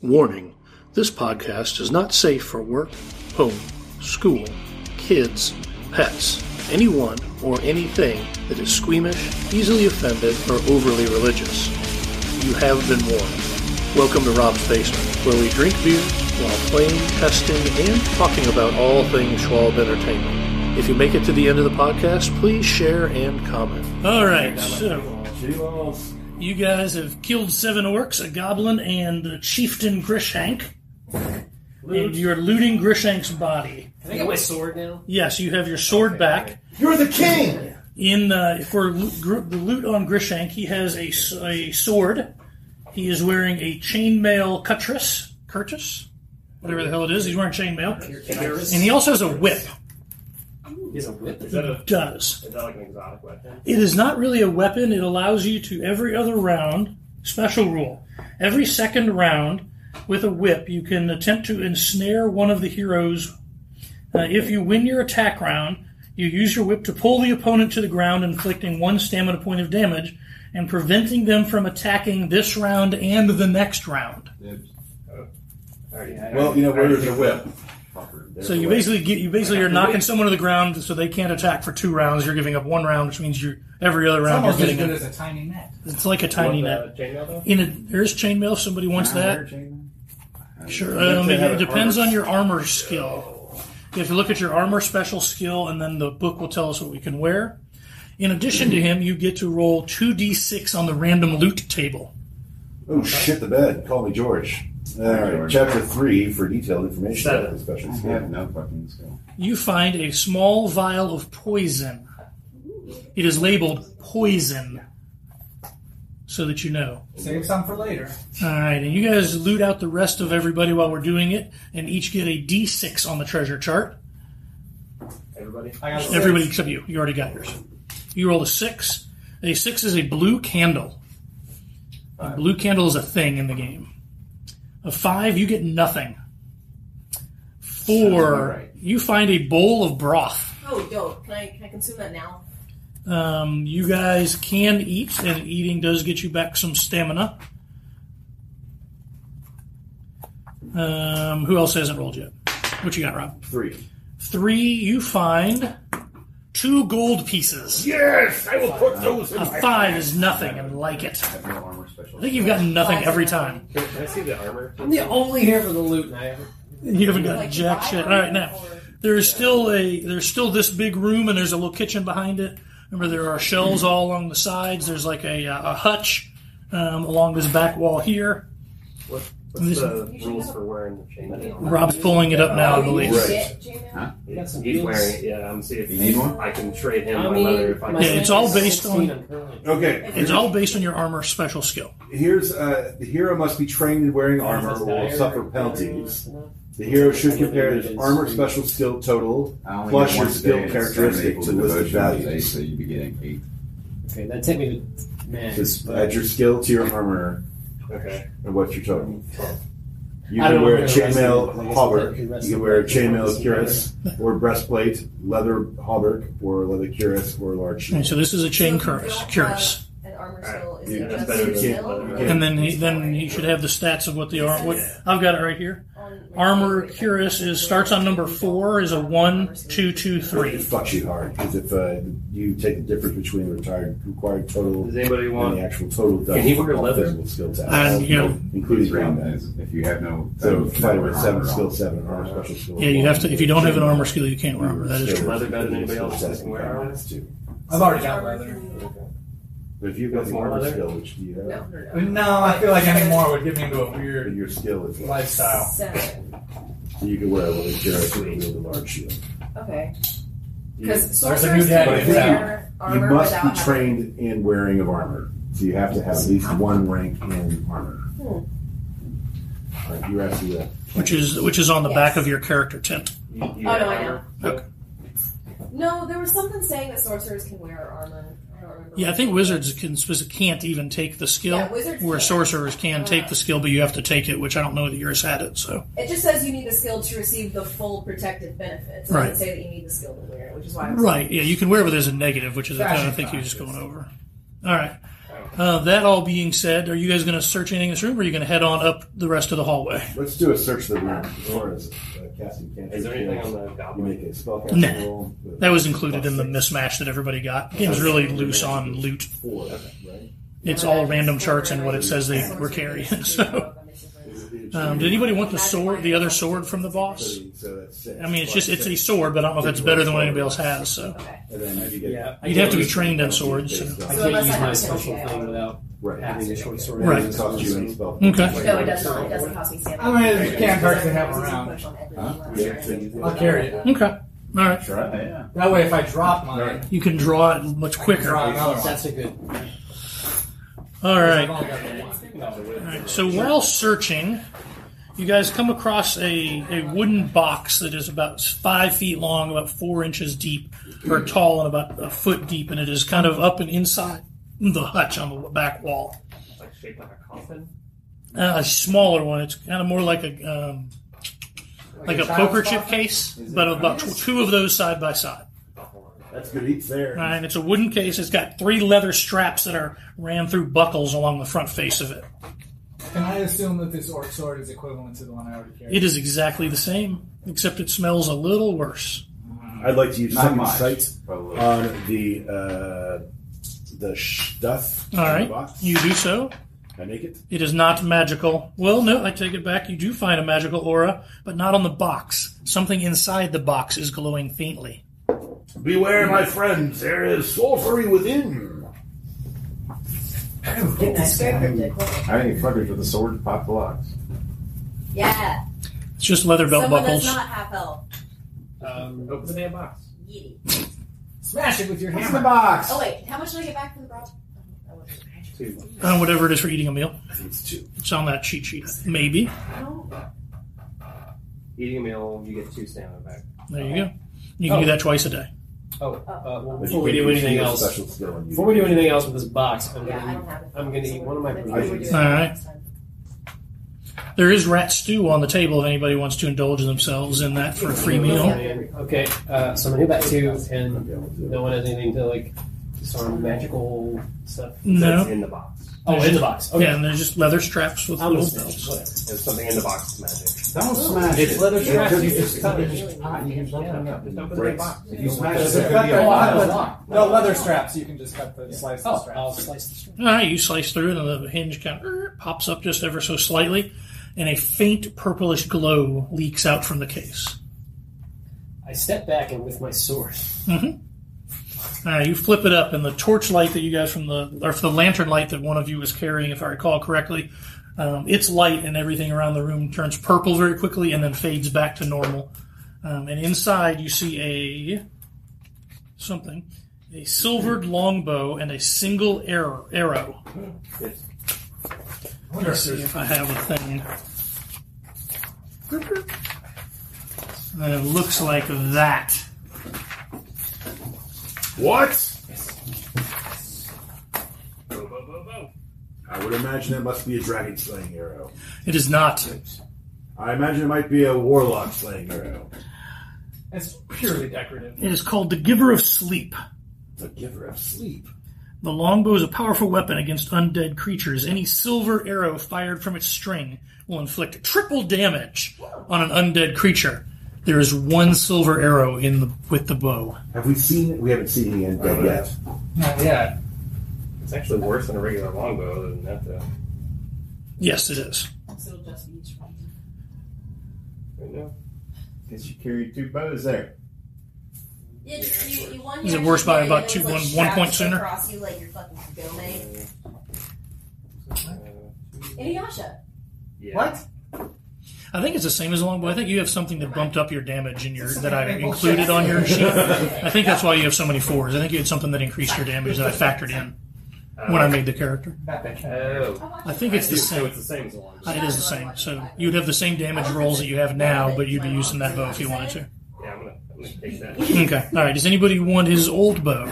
Warning this podcast is not safe for work, home, school, kids, pets, anyone, or anything that is squeamish, easily offended, or overly religious. You have been warned. Welcome to Rob's Basement, where we drink beer while playing, testing, and talking about all things Schwab Entertainment. If you make it to the end of the podcast, please share and comment. All right, so you guys have killed seven orcs, a goblin, and the chieftain Grishank. And you're looting Grishank's body. Can I get my sword now? Yes, you have your sword back. You're the king! In uh, for lo- gr- the loot on Grishank, he has a, s- a sword. He is wearing a chainmail cutlass, curtis, whatever the hell it is. He's wearing chainmail, and he also has a whip. He's a whip. Is that, a, Does is that like an exotic weapon? It is not really a weapon. It allows you to every other round, special rule. Every second round, with a whip, you can attempt to ensnare one of the heroes. Uh, if you win your attack round, you use your whip to pull the opponent to the ground, inflicting one stamina point of damage and preventing them from attacking this round and the next round. Well, you know, where there's a whip. So you basically get, you basically are knocking someone to the ground, so they can't attack for two rounds. You're giving up one round, which means you every other round you're Almost as getting good it. as a tiny net. It's like a tiny Uh, net. In a, there's chainmail. If somebody wants that, sure. Um, it, it depends on your armor skill. You have to look at your armor special skill, and then the book will tell us what we can wear. In addition to him, you get to roll two d6 on the random loot table. Oh, shit the bed. Call me George. All right, chapter 3 for detailed information about the special skill. no fucking skill. You find a small vial of poison. It is labeled poison, so that you know. Save some for later. All right, and you guys loot out the rest of everybody while we're doing it, and each get a d6 on the treasure chart. Everybody? I got Everybody except you. You already got yours. You rolled a six. A six is a blue candle. A blue candle is a thing in the game. A five, you get nothing. Four, right. you find a bowl of broth. Oh, dope. Can I, can I consume that now? Um, you guys can eat, and eating does get you back some stamina. Um, who else hasn't rolled yet? What you got, Rob? 3. Three, you find two gold pieces. Yes! I will put those in. A five is nothing and like it. I I have no armor special. think you've gotten nothing every time. Can, can I see the armor? I'm the only here for the loot, and I haven't. You haven't gotten Like, jack buy shit. All one right, now or- there is still a there's still this big room and there's a little kitchen behind it. Remember, there are shelves all along the sides. There's like a, uh, a hutch um, along this back wall here. What, This- what's the rules for wearing the chainmail? Rob's pulling it up now, I Oh, you believe. Right. get Gmail? Huh? Got some He's beads. wearing it, yeah. I'm see if You need one? I can trade him I my mean, leather if I my can. Yeah, it's all based 16 on- and curling. Okay. It's all based on your armor special skill. Here's uh, the hero must be trained in wearing armor or will suffer penalties. The hero should compare his armor special skill total plus your skill characteristic to listed values. So you'd be getting eight. Okay, that take me to man. Just add your skill to your armor Okay. and what's your total. You I can don't wear a know the rest of it. I chainmail guess hauberk. the rest You of can wear a it. chainmail cuirass or breastplate, leather hauberk or leather cuirass or large Okay, shield. so this is a chain So cuirass. if you don't Cuirass. have uh, An armor All right. skill is Yeah, it that's just better your than- skill? better than- Yeah. And then he, then he should have the stats of what the armor. What, I've got it right here. On my Armor favorite. cuirass is starts on number four. Is a one, two, two, It three. fucks you hard because if uh, you take the difference between the retired required total Does anybody and want? the actual total, Can he does wear all leather? physical skill tests, And, you know- including combat. If you have no. So fighter with seven armor skill on. seven armor special skill. Yeah, you have to. If you don't have an armor skill, you can't armor. That is true. Leather better than anybody else that can wear Skill armor? tests too. I've already got Armor leather. can- But if you've got the More armor leather? skill, which do you have? No, no, no. No, I feel like any more would get me into a But weird Your skill is less. lifestyle. Seven. So you can wear a leather cuirass or wield a large shield. Okay. You- Because There's a sorcerers new dad can who's wear You armor must be without having. trained in wearing of armor. So you have to have at least one rank in armor. Like, you have to, uh, Which is which is on the Yes. back of your character tent. You, you Oh, have no, I armor? No, there was something saying that sorcerers can wear armor. I don't remember. Yeah, I what think it was. wizards can spec- can't even take the skill, Yeah, wizards where can't. sorcerers can take the skill, but you have to take it. Which I don't know that yours had it. So It just says you need the skill to receive the full protective benefits. It Right. doesn't say that you need the skill to wear it, which is why I was right, yeah, you can wear, but there's a negative, which is what I Fashion think you're just going over. All right, Uh, that all being said, are you guys going to search anything in this room, or are you going to head on up the rest of the hallway? Let's do a search of the room. As far as uh, casting cantrips Is there anything on goes, the You goblin? make a spell Nah. casting roll. with That was included in the plus mismatch that everybody got. Game's really loose on loot. six, Four, right? It's all random charts and what it says they were carrying. So, um, did anybody want the sword, the other sword from the boss? Thirty, So that's six. I mean, it's just it's a sword, but I don't know if that's better than what anybody else has. So, Okay. And then you get Yeah. You'd have to be trained on swords, so- Based I on- So can't unless use I my have special to- thing without Right. having a short sword. Right. It cost you any spell. Okay. No, it does not. It doesn't cost me stamina. How many can cards do you have around? Huh? Yeah, so you- I'll carry it. okay, all right, Sure, yeah. That way, if I drop mine, Right. you can draw it much quicker. Draw All another one. That's a good. All right. one. All right, so while searching, you guys come across a, a wooden box that is about five feet long, about four inches deep, or tall, and about a foot deep, and it is kind of up and inside the hutch on the back wall. Like shaped like a coffin? Uh, a smaller one, it's kind of more like a um, like a poker chip case, but about tw- two of those side by side. That's good eats there. All right, and it's a wooden case. It's got three leather straps that are ran through buckles along the front face of it. Can I assume that this orc sword is equivalent to the one I already carried? It is exactly the same, except it smells a little worse. I'd like to use Not second much. sight Probably. on the uh, the stuff. All in the right, box. you do so. I make it. It is not magical. Well, no, I take it back. You do find a magical aura, but not on the box. Something inside the box is glowing faintly. Beware, my friends! There is sorcery within. I ain't fuckers with the sword to pop the locks. Yeah. It's just leather belt Someone that's buckles. not half elf. Um, Open the damn box. Yee. smash it with your What's in the hammer. box? Oh wait, how much did I get back for the broth? I don't know. Two. Uh, whatever it is for eating a meal. It's two. It's on that cheat sheet. Maybe. No. Eating a meal, you get two stamina back. There you go. You can do that twice a day. Oh, uh, well, But before you we do can use anything a else, special skill when you- before we do anything else with this box, I'm Yeah, I gonna don't have it. I'm gonna eat one of my Maybe provisions. we're doing All that right. next time. There is rat stew on the table if anybody wants to indulge themselves in that for a free meal. Okay, uh, so I'm gonna hit that two, I'll and be able to do it. no one has anything to like disarm magical stuff. No. It's in the box. Oh, in the box. Okay. Yeah, and there's just leather straps with I'm little gonna smash. belts. Whatever. There's something in the box that's Don't smash It's it. leather It straps, could- you it just could- cut it. it's hot, you can open it magic. up. Just It open the breaks. box. If you smash It's it, a it could be a good lock. lock. No leather straps. You can just cut the slice the Oh, straps. I'll slice the string. All right, Ah, you slice through it, and the hinge kind of er, pops up just ever so slightly, and a faint purplish glow leaks out from the case. I step back and with my sword. All right, Ah, you flip it up, and the torch light that you guys from the or the lantern light that one of you was carrying, if I recall correctly, um, its light and everything around the room turns purple very quickly, and then fades back to normal. Um, and inside, you see a something, a silvered longbow and a single arrow. arrow. It's I wonder Let's see if there's- if I have a thing. And it looks like that. What? bo, bo, bo, bo. I would imagine that must be a dragon slaying arrow. It is not. I imagine it might be a warlock slaying arrow. It's purely decorative. It is called the Giver of Sleep. The giver of sleep. The longbow is a powerful weapon against undead creatures. Any silver arrow fired from its string will inflict triple damage on an undead creature. There is one silver arrow in the with the bow. Have we seen it? We haven't seen any end Uh, yet. Not yet. It's actually worse than a regular longbow, other than that, though. Yes, it is. So it'll just be each one. Right now? Guess you carried two bows there. It's, you, you won Is your it worse by engineering, about it two- was one- like one point strapped sooner? Across you like your fucking Kagome. Inuyasha. Yeah. What? I think it's the same as a longbow. I think you have something that bumped up your damage in your that I included on your sheet. I think that's why you have so many fours. I think you had something that increased your damage that I factored in Uh, when I made the character. Not that kind. Oh. I think it's the So same. it's the same as a longbow. It is the same. So you'd have the same damage rolls that you have now, but you'd be using that bow if you wanted to. Yeah, I'm gonna, I'm gonna take that. Okay. All right. Does anybody want his old bow?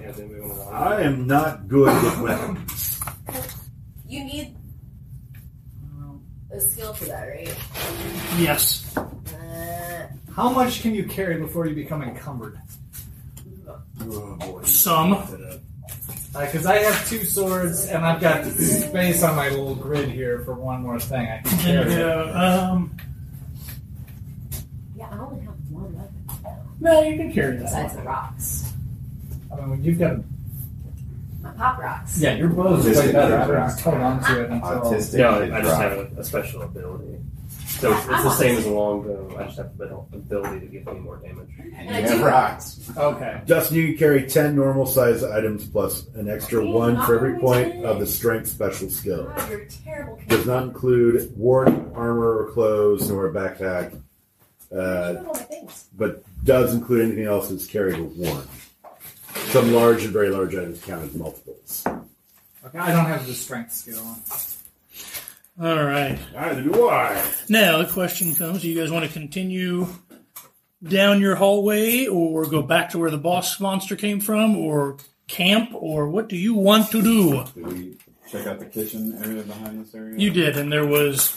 Yeah, does anybody want a longbow? I am not good with weapons. You need a skill for that, right? Yes. Uh, How much can you carry before you become encumbered? Oh boy. Some. Because Uh, I have two swords, and I've got space on my little grid here for one more thing. I can There carry we it. go. Um, Yeah, I only have one weapon no, you can carry that. besides the rocks. I mean, when you've got My pop rocks. yeah, your bow is way Autistic better. kid I just hold on to it until. Autistic. No, kid I just rock. have a, a special ability. So it's, it's the same as a longbow. I just have the abil- ability to give me more damage. And And I you have do- rocks. Okay. Dustin, you can carry 10 normal size items plus an extra Oh, one for every not point good. of the strength special skill. God, you're a terrible. Does not include ward armor or clothes nor a backpack, Where'd uh, you put all my things? but does include anything else that's carried with worn. Some large and very large items count as multiples. Okay. I don't have the strength skill. on. All right. Neither do I. Now the question comes: Do you guys want to continue down your hallway, or go back to where the boss monster came from, or camp, or what do you want to do? Did we check out the kitchen area behind this area? You did, and there was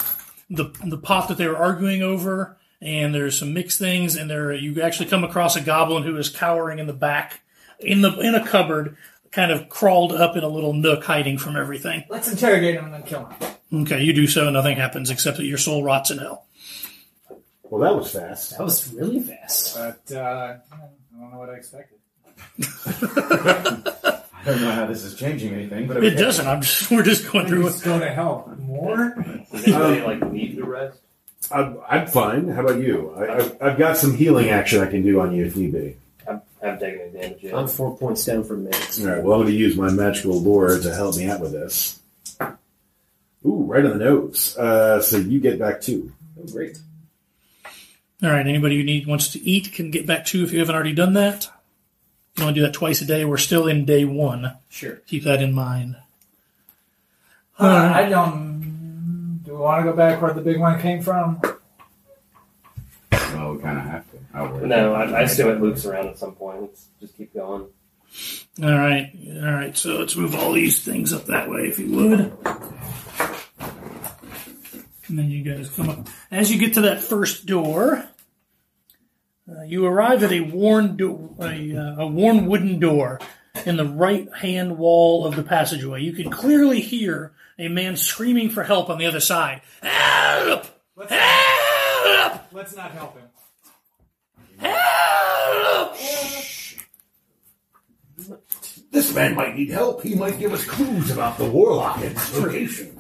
the the pot that they were arguing over, and there's some mixed things, and there you actually come across a goblin who is cowering in the back in the in a cupboard, kind of crawled up in a little nook, hiding from everything. Let's interrogate him and then kill him. Okay, you do so, nothing happens except that your soul rots in hell. Well, that was fast. That was really fast. But uh, I don't know what I expected. I don't know how this is changing anything, but It doesn't. I'm just we're just going through. Let's go to hell. More? Does anybody like need the rest? I'm, I'm fine. How about you? I, I've, I've got some healing action I can do on you if need be. I haven't taken any damage yet. I'm four points down for minutes. All right. Well, I'm going to use my magical lore to help me out with this. Ooh, right on the nose. Uh, so you get back two. Oh, great. All right, anybody who need wants to eat can get back to if you haven't already done that. You want to do that twice a day. We're still in day one. Sure. Keep that in mind. Uh, I don't. Do we want to go back where the big one came from? Well, we kind of have to. Oh, we're- No, I, I assume it loops around at some point. Let's just keep going. All right, all right. So let's move all these things up that way, if you would. And then you guys come up. As you get to that first door, uh, you arrive at a worn do- a, uh, a worn wooden door in the right hand wall of the passageway. You can clearly hear a man screaming for help on the other side. Help! Let's, Help! let's not help him. Help! This man might need help. He might give us clues about the warlock and his location.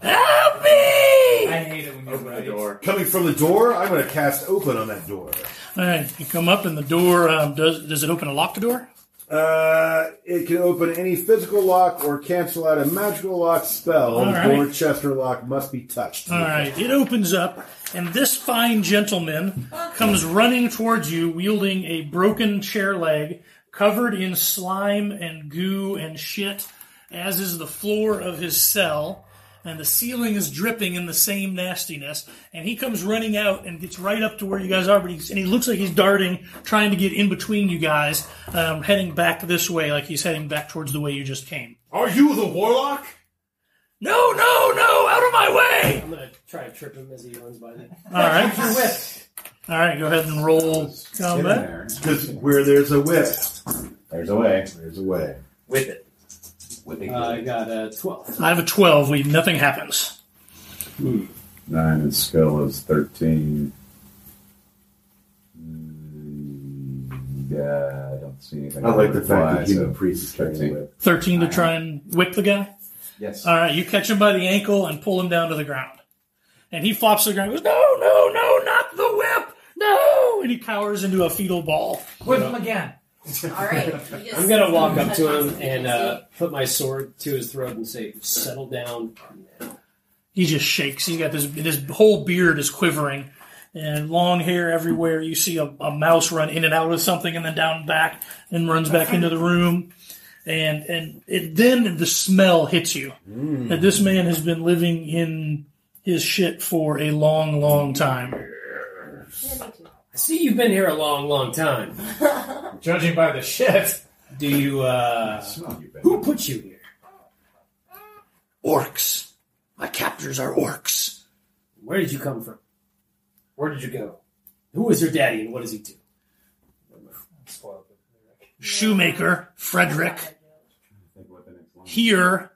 Help me! I hate it when you're right. Door. Coming from the door, I'm going to cast open on that door. All right, you come up and the door um, does does it open and lock the door? Uh, it can open any physical lock or cancel out a magical lock spell. All right. Door chest or lock must be touched. All right, it opens up, and this fine gentleman comes running towards you, wielding a broken chair leg, covered in slime and goo and shit, as is the floor of his cell, and the ceiling is dripping in the same nastiness. And he comes running out and gets right up to where you guys are, but he's, and he looks like he's darting, trying to get in between you guys, um, heading back this way, like he's heading back towards the way you just came. Are you the warlock? No, no, no! Out of my way! I'm gonna try to trip him as he runs by me. All right. All right, go ahead and roll Get in combat. there. Because where there's a whip, There's a way. there's a way. With it. Whipping Uh, I got a 12. I have a 12. We nothing happens. Nine and skill is thirteen. Mm, Yeah, I don't see anything. I like the fact Why, that human so- priest is carrying a Thirteen. whip. 13 to try and whip the guy. Yes. All right, you catch him by the ankle and pull him down to the ground. And he flops to the ground and goes, No, no, no, not the whip! No! And he cowers into a fetal ball. Whip him again. All right. you just- I'm gonna walk up to him and uh, put my sword to his throat and say, "Settle down." now." He just shakes. He's got this, his whole beard is quivering and long hair everywhere. You see a, a mouse run in and out of something and then down and back and runs back into the room. And, and it, then the smell hits you that this man has been living in his shit for a long, long time. Yeah, me too. I see you've been here a long, long time. Judging by the shit. Do you? uh... Smell you, Ben. Who put you here? Orcs. My captors are orcs. Where did you come from? Where did you go? Who is your daddy and what does he do? Shoemaker, Frederick, here,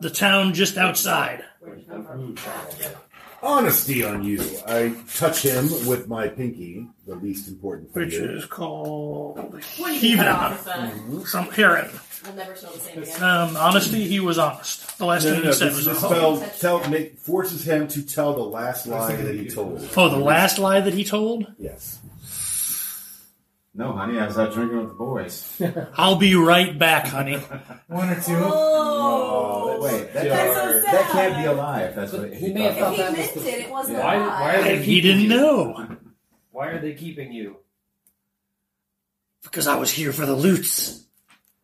the town just outside. Honesty on you. I touch him with my pinky, the least important Which finger. is called When you cut Heron. off, uh, Some Heron. we'll never smell the same again. Um, honesty, he was honest. The last No, no, thing no. he This, said was "Oh." this honest. spell tell, make, forces him to tell the last lie that he told. Oh, the last lie that he told? Yes. No, honey, I was out drinking with the boys. I'll be right back, honey. One or two. Oh, Oh, wait, that, That's so sad. that can't be a lie if that's what He may have If thought he that was meant it, it wasn't Why- a why- lie. And he didn't know. Why are they keeping you? Because I was here for the loots.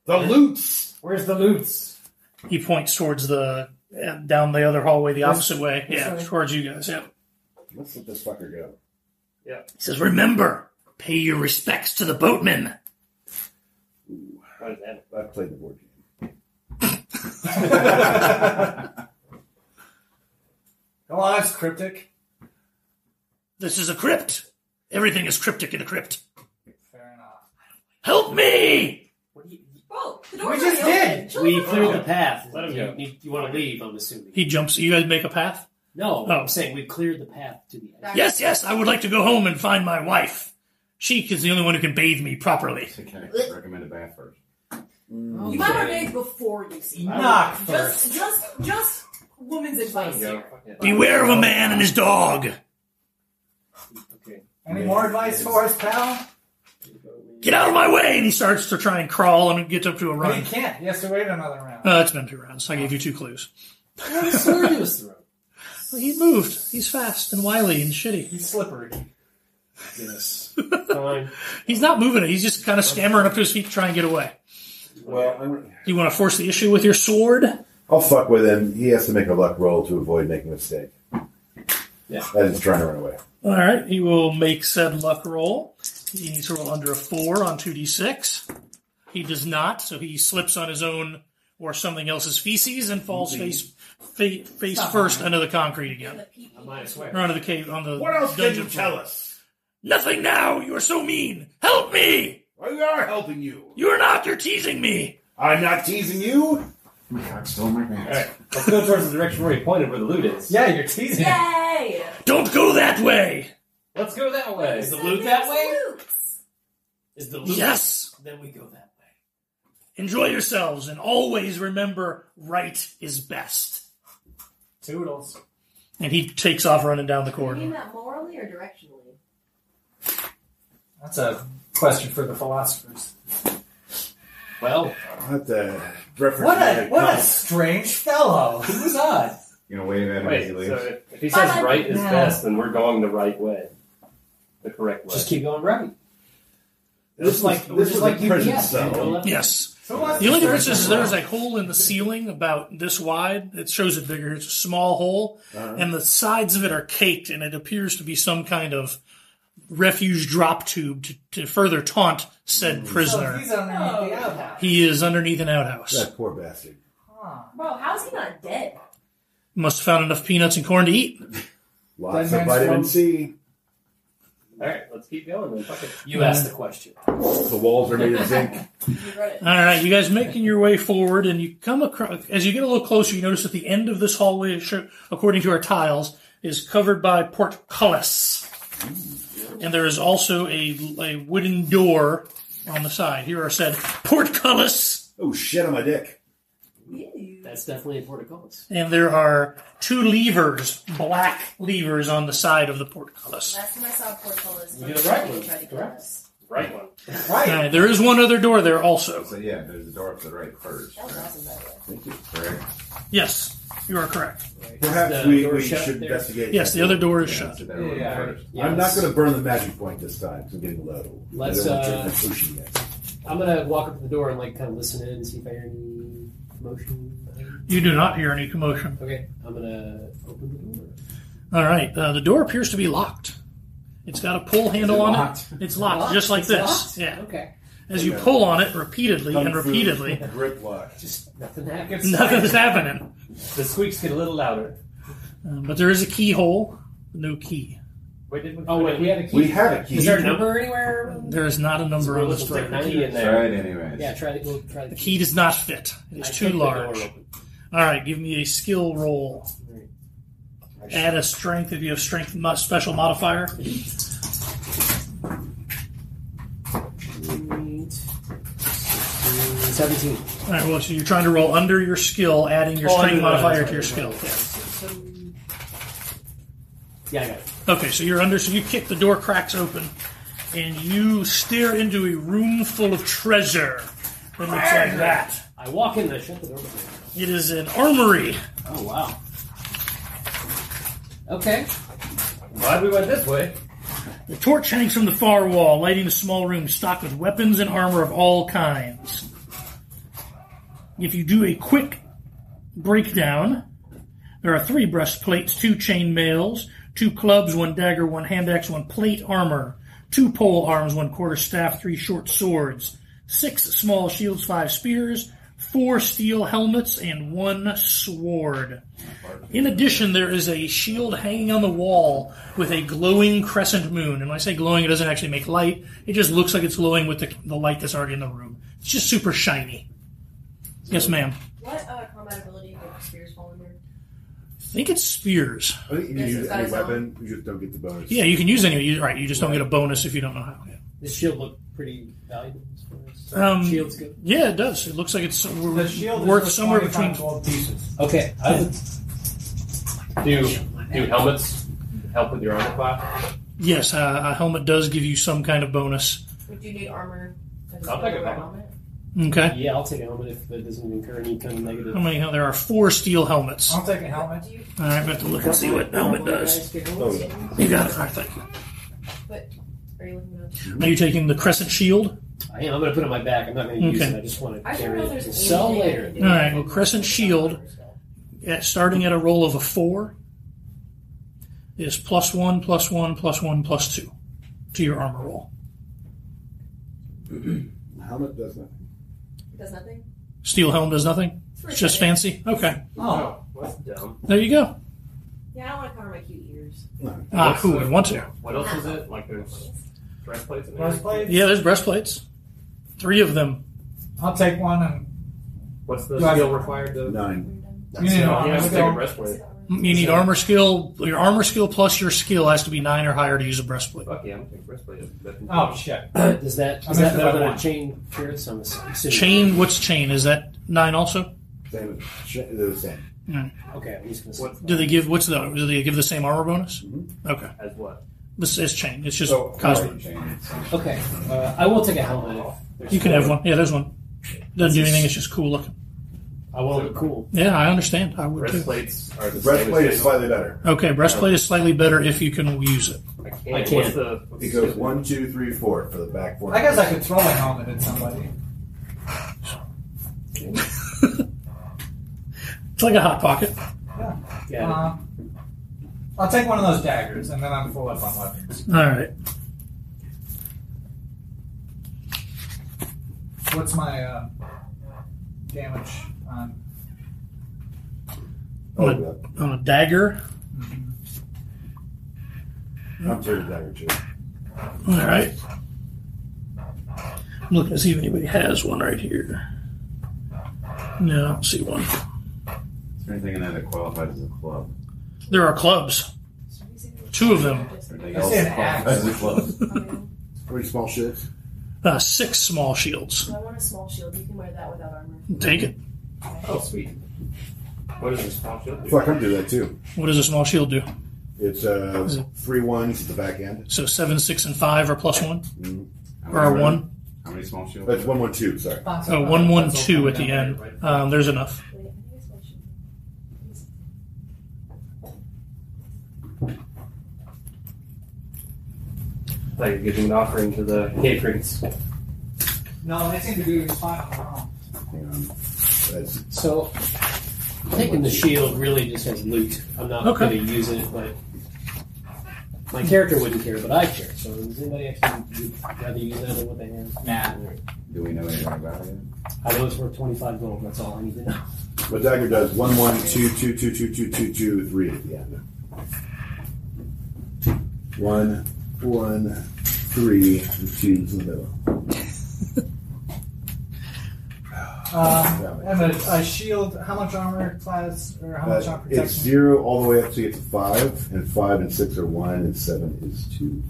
The loots. Where's the loots? He points towards the uh, down the other hallway, the opposite way. this Yeah, way. towards you guys. Yeah. Let's let this fucker go. He says, "Remember, pay your respects to the boatman." Why is that? I've played the board game. Come on, it's cryptic. This is a crypt. Everything is cryptic in a crypt. Fair enough. Help me! What do you, Oh, the door's We just already did. open. Shut we the fuck cleared up. the path. Let him Yeah. go. You, you want to leave, I'm assuming. He jumps. You guys make a path. no, Oh. I'm saying we cleared the path to the exit. Yes, yes. I would like to go home and find my wife. She is the only one who can bathe me properly. Can I recommend a bath first? You might have made before you see. her. Knock first. Just, just, just woman's advice Yeah. here. Beware of a man and his dog. Okay. Any more advice for us, pal? Get out of my way! And he starts to try and crawl and gets up to a Well, he run. can't. He has to wait another round. Uh, it's been two rounds. I gave you two clues. Throw the sword to his throat. Well, he moved. He's fast and wily and shitty. He's slippery. Yes. Fine. He's not moving it. He's just kind of stammering up to his feet to try and get away. Well, I'm, You want to force the issue with your sword? I'll fuck with him. He has to make a luck roll to avoid making a mistake. Yeah. I was trying to run away. All right, he will make said luck roll. He needs to roll under a four on two d six. He does not, so he slips on his own or something else's feces and falls face fa- face first under the concrete The again, pee-pee. I might swear. or under the cave on the. What else can dungeon you tell floor. us? Nothing now. You are so mean. Help me! We are helping you. You are not. You're teasing me. I'm not teasing you. Oh My cock stole my All pants. right, let's go towards the direction where he pointed, where the loot is. Yeah, you're teasing. him. Yay! Don't go that way. Let's go that way. Is the loot that way? Loops. Is the loot? Yes. Then we go that way. Enjoy yourselves and always remember, right is best. Toodles. And he takes off running down the You mean corridor. that morally or directionally? That's a question for the philosophers. Well, I'll have to reference What my a what a comments. strange fellow. who was I? You gonna wave at him as Wait, he so leaves? if- if he says Bye. right is No. best, then we're going the right way, the correct way. Just keep going right. This Looks like was- looks this was like a prison UPS. cell. Go left. Yes. Who wants The to only start difference is the there's a hole in the ceiling about this wide. It shows it bigger. It's a small hole, and the sides of it are caked, and it appears to be some kind of refuge drop tube to, to further taunt said So prisoner. he's underneath the outhouse. He is underneath an outhouse. That poor bastard. Bro, how's he not dead? Must have found enough peanuts and corn to eat. Lots That of man's vitamin from- C. All right, let's keep going. Then. Fuck it. You asked the question. The walls are made of zinc. You wrote it. All right, you guys making your way forward, and you come across as you get a little closer. You notice at the end of this hallway, sh- according to our tiles, is covered by portcullis, and there is also a, a wooden door on the side. Here are said portcullis, Oh shit on my dick. Ew. That's definitely a portcullis. and there are two levers, black levers, on the side of the portcullis. Last time I saw portcullis, You did the right one, tried to kill correct? us. Right one. All Right. right, there is one other door there also. So yeah, there's a door up to the right first. That was awesome, by the way. Thank you. Correct. Yes, you are correct. Perhaps The we, door we shut should there. investigate. Yes, the other door is shut. So that one Yeah. first. I'm not Yes. going to burn the magic point this time. 'cause I'm getting low. Let's, I don't uh, want to drink my sushi yet. I'm gonna walk up to the door and like kind of listen in and see if I hear any commotion. You do not hear any commotion. Okay, I'm gonna open the door. All right. Uh, the door appears to be locked. It's got a pull handle on locked? it. It's locked, Locked? just like It's this. locked? Yeah. Okay. As you pull on it repeatedly Kung and fu repeatedly, Grip lock. Just nothing happens. nothing's happening. The squeaks get a little louder. Um, but there is a keyhole, no key. Wait, did we? Oh wait, we had a key. We had a key. Is there a number anywhere? There is not a number on We'll this stick thread. 90 in Try there. it anyways. Yeah, try the go try the The key does not fit. It I is kicked too the door large. open. All right, give me a skill roll. Add a strength if you have strength mo- special modifier. Eight, 17. All right, well, so you're trying to roll under your skill, adding your Oh, strength under that, modifier that's to your right, skill. right. Yeah, I got it. Okay, so you're under, so you kick the door cracks open, and you stare into a room full of treasure that looks like that. I walk in and I shut the door. behind me. It is an armory. Oh, wow. Okay. Glad we went this way. The torch hangs from the far wall, lighting a small room stocked with weapons and armor of all kinds. If you do a quick breakdown, there are three breastplates, two chain mails, two clubs, one dagger, one hand axe, one plate armor, two pole arms, one quarter staff, three short swords, six small shields, five spears, four steel helmets, and one sword. In addition, there is a shield hanging on the wall with a glowing crescent moon. And when I say glowing, it doesn't actually make light. It just looks like it's glowing with the, the light that's already in the room. It's just super shiny. Yes, ma'am. What uh, combat ability do spears fall under? I think it's spears. I think you can Yes, use it's any guys on. weapon, you just don't get the bonus. Yeah, you can use any. You, right, you just don't get a bonus if you don't know how. This shield looked pretty valuable as far as Um, shield's good. Yeah, it does. It looks like it's The shield is worth worth somewhere 25 between. gold pieces. Okay. I would, Do do helmets help with your armor class? Yes, uh, a helmet does give you some kind of bonus. Would you need armor? as I'll take it back. helmet? Okay. yeah, I'll take a helmet if it doesn't incur any kind of negative. How many? There are four steel helmets. All I'll take a helmet. Do you? right, we have to look and see what helmet does. Oh, yeah. You got it. All right, thank you. But are you looking at? Are you taking the crescent shield? I am. I'm going to put it on my back. I'm not going to use Okay. it. I just want to I don't carry know it. if there's Sell anything I later. can do. All right, well, Crescent Shield. at, starting at a roll of a four is plus one, plus one, plus one, plus two to your armor roll. Helmet does nothing. It does nothing. Steel helm does nothing. It's just pretty. fancy. Okay, Oh, That's dumb. there you go. Yeah, I don't want to cover my cute ears. Ah, who would want to? What else is it? Like there's breastplates in there. breastplate. Yeah, there's breastplates. Three of them. I'll take one and What's the Right. skill required to? Nine. you need an You armor have to take a skill. breastplate. You need armor skill. Your armor skill plus your skill has to be nine or higher to use a breastplate. Fuck yeah, I'm taking breastplate. That- Oh shit! Does that, is that missed it by better than a one. chain pierce? I'm assuming. Chain, what's chain? Is that nine also? Same. Sh- They're the same. Okay, I'm just going to What Do they give what's the? Do they give the same armor bonus? Okay, as what? this is chain. It's just Oh, So, cosmetic. color change. Okay, uh, I will take a helmet. if there's- You can have one. Yeah, there's one. Doesn't do anything. It's just cool looking. I will look cool. Yeah, I understand. I would too. Breastplates are the The breastplate is same as slightly better. Okay, breastplate is slightly better if you can use it. I can't. I can't. What's the, what's It the goes one, two, three, four for the back four. I guess I could throw a helmet at somebody. It's like a hot pocket. Yeah. Uh, I'll take one of those daggers, and then I'm full up on weapons. All right. What's my uh, damage on? Oh, yeah. On a dagger. I'm third dagger too. All right. I'm looking to see if anybody has one right here. No, I don't see one. Is there anything in that that qualifies as a club? There are clubs. Two of them. Everything I else said qualifies axe. as a club. Okay. How many small ships? Uh, six small shields. So I want a small shield. You can wear that without armor. Take it. Oh sweet. What does this pump shield do? Fuck, I'm doing that too. What does a small shield do? It's uh, three ones at the back end. So seven, six, and five are plus one, How or many- a one. How many small shields? That's one, one, two. Sorry. So one, one, two at the end. Um, there's enough. Wait, I think it's my shield. Like you're giving an offering to the cave priests. No, they seem to do fine on their own. Hang on. Um, That's So, taking the shield really just has loot. I'm not Okay. going to use it, but my character wouldn't care, but I care. So, does anybody actually would rather use that than what they have? Nah. Do we know anything about it? I know it's worth 25 gold. That's all I need to know. what dagger does. One, one, two, two, two, two, two, two, two, three at the end. One, one, three, and two's in the middle. Um, and a, a shield. How much armor class or how much armor Uh, it's protection? zero all the way up to get to five, and five and six are one, and seven is two.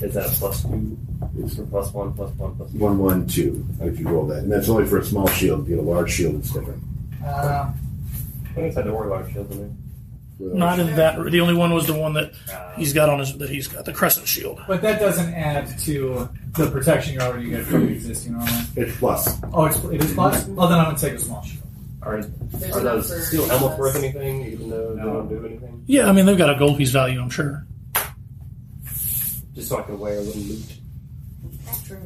Is that a plus two? It's Or plus one, plus one, plus one, one? one, two. If you roll that, and that's only for a small shield. If you get a large shield, it's different. Uh, I think it's had the warlock shield in Well, Not in that. The only one was the one that there. Uh, he's got on his that he's got the crescent shield. but that doesn't add to the protection you already get from the existing armor. it's plus. Oh, it's, it is plus. Well, then I would take a small shield. are, There's are enough for- those steel helmets worth anything, even though they don't do anything? Yeah, I mean they've got a gold piece value, I'm sure. Just so I can wear a little loot. True.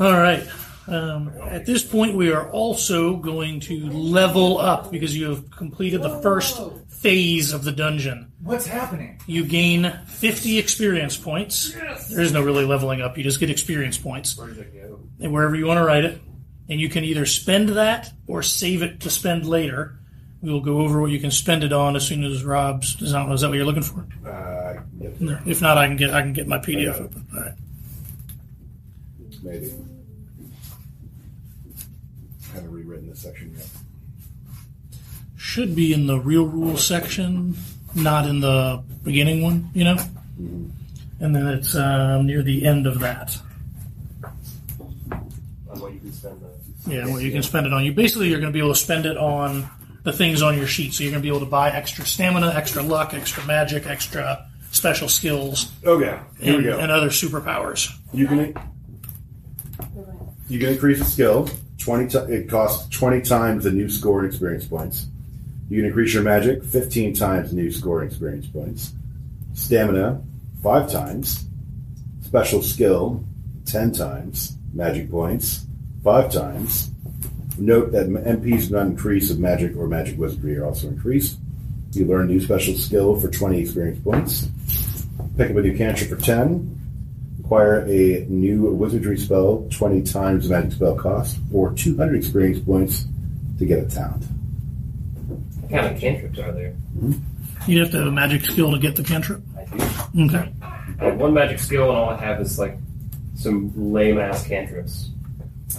All right. Um, at this point, we are also going to level up because you have completed the first phase of the dungeon. What's happening? You gain 50 experience points. There is no really leveling up, you just get experience points. Where does it go? And wherever you want to write it. And you can either spend that or save it to spend later. We will go over what you can spend it on as soon as Rob's. Is that is that what you're looking for? Uh, yep, No. If not, I can get I can get my PDF open. All right. maybe. Haven't rewritten this section yet. should be in the real rules section, not in the beginning one, you know? And then it's uh, near the end of that. On what you can spend the. Yeah, well, you can spend it on. You basically you're going to be able to spend it on the things on your sheet. So you're going to be able to buy extra stamina, extra luck, extra magic, extra special skills, Okay, here and, we go. and other superpowers. You can you can increase a skill. Twenty. T- it costs twenty times the new score and experience points. You can increase your magic fifteen times new score and experience points. Stamina five times. Special skill ten times. Magic points five times. Note that MPs not increase of magic or magic wizardry are also increased. You learn new special skill for twenty experience points. Pick up a new cantrip for ten acquire a new wizardry spell 20 times the magic spell cost or 200 experience points to get a talent. What kind of cantrips are there? You have to have a magic skill to get the cantrip. I do. Okay. I have one magic skill, and all I have is like some lame ass cantrips.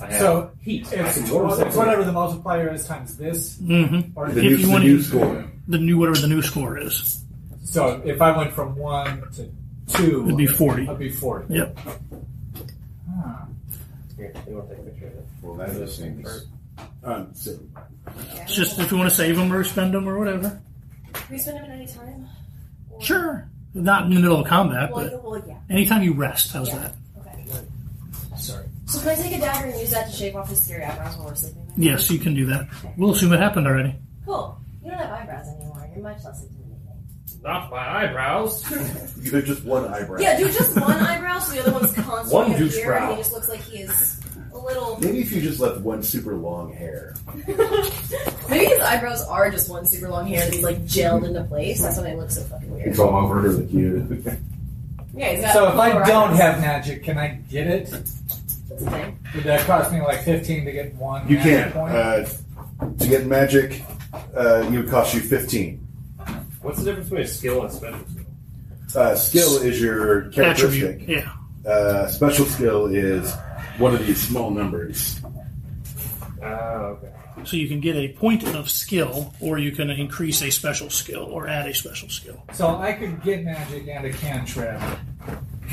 I have So heat. I It's, can warm it's something. whatever the multiplier is times this. Mm-hmm. Or If The new, you the wanna new use- score. The new whatever the new score is. so if I went from one to two, It'd be 40. I'd be forty. Yep. Huh. Here, you want to take a picture of it? Well, that just Or- seems. Um, so It's just if you want to save them or spend them or whatever. Can we spend them at any time? Or- Sure. Not in the middle of combat, Well, but you- well, yeah. Anytime you rest, how's Yeah. that? Okay. Sorry. So can I take a dagger and use that to shave off his scary eyebrows while we're sleeping? Yes, you can do that. We'll assume it happened already. Cool. You don't have eyebrows anymore. You're much less intimidating. Not my eyebrows. you could just one eyebrow. Yeah, do just one eyebrow so the other one's constantly One up douche here, brow. and he just looks like he is a little. Maybe if you just left one super long hair. Maybe his eyebrows are just one super long hair that he's like gelled into place. That's why they look so fucking weird. all over. Really cute. Yeah, he's got. So if I four don't eyebrows. have magic, can I get it? That's the thing. Would that cost me like fifteen to get one? You magic can. Point? Uh, to get magic, uh, it would cost you 15. What's the difference between a skill and a special skill? Uh, skill is your characteristic. Attribute. Yeah. Uh, special skill is one of these small numbers. Ah, okay. So you can get a point of skill, or you can increase a special skill, or add a special skill. so I could get magic and a cantrip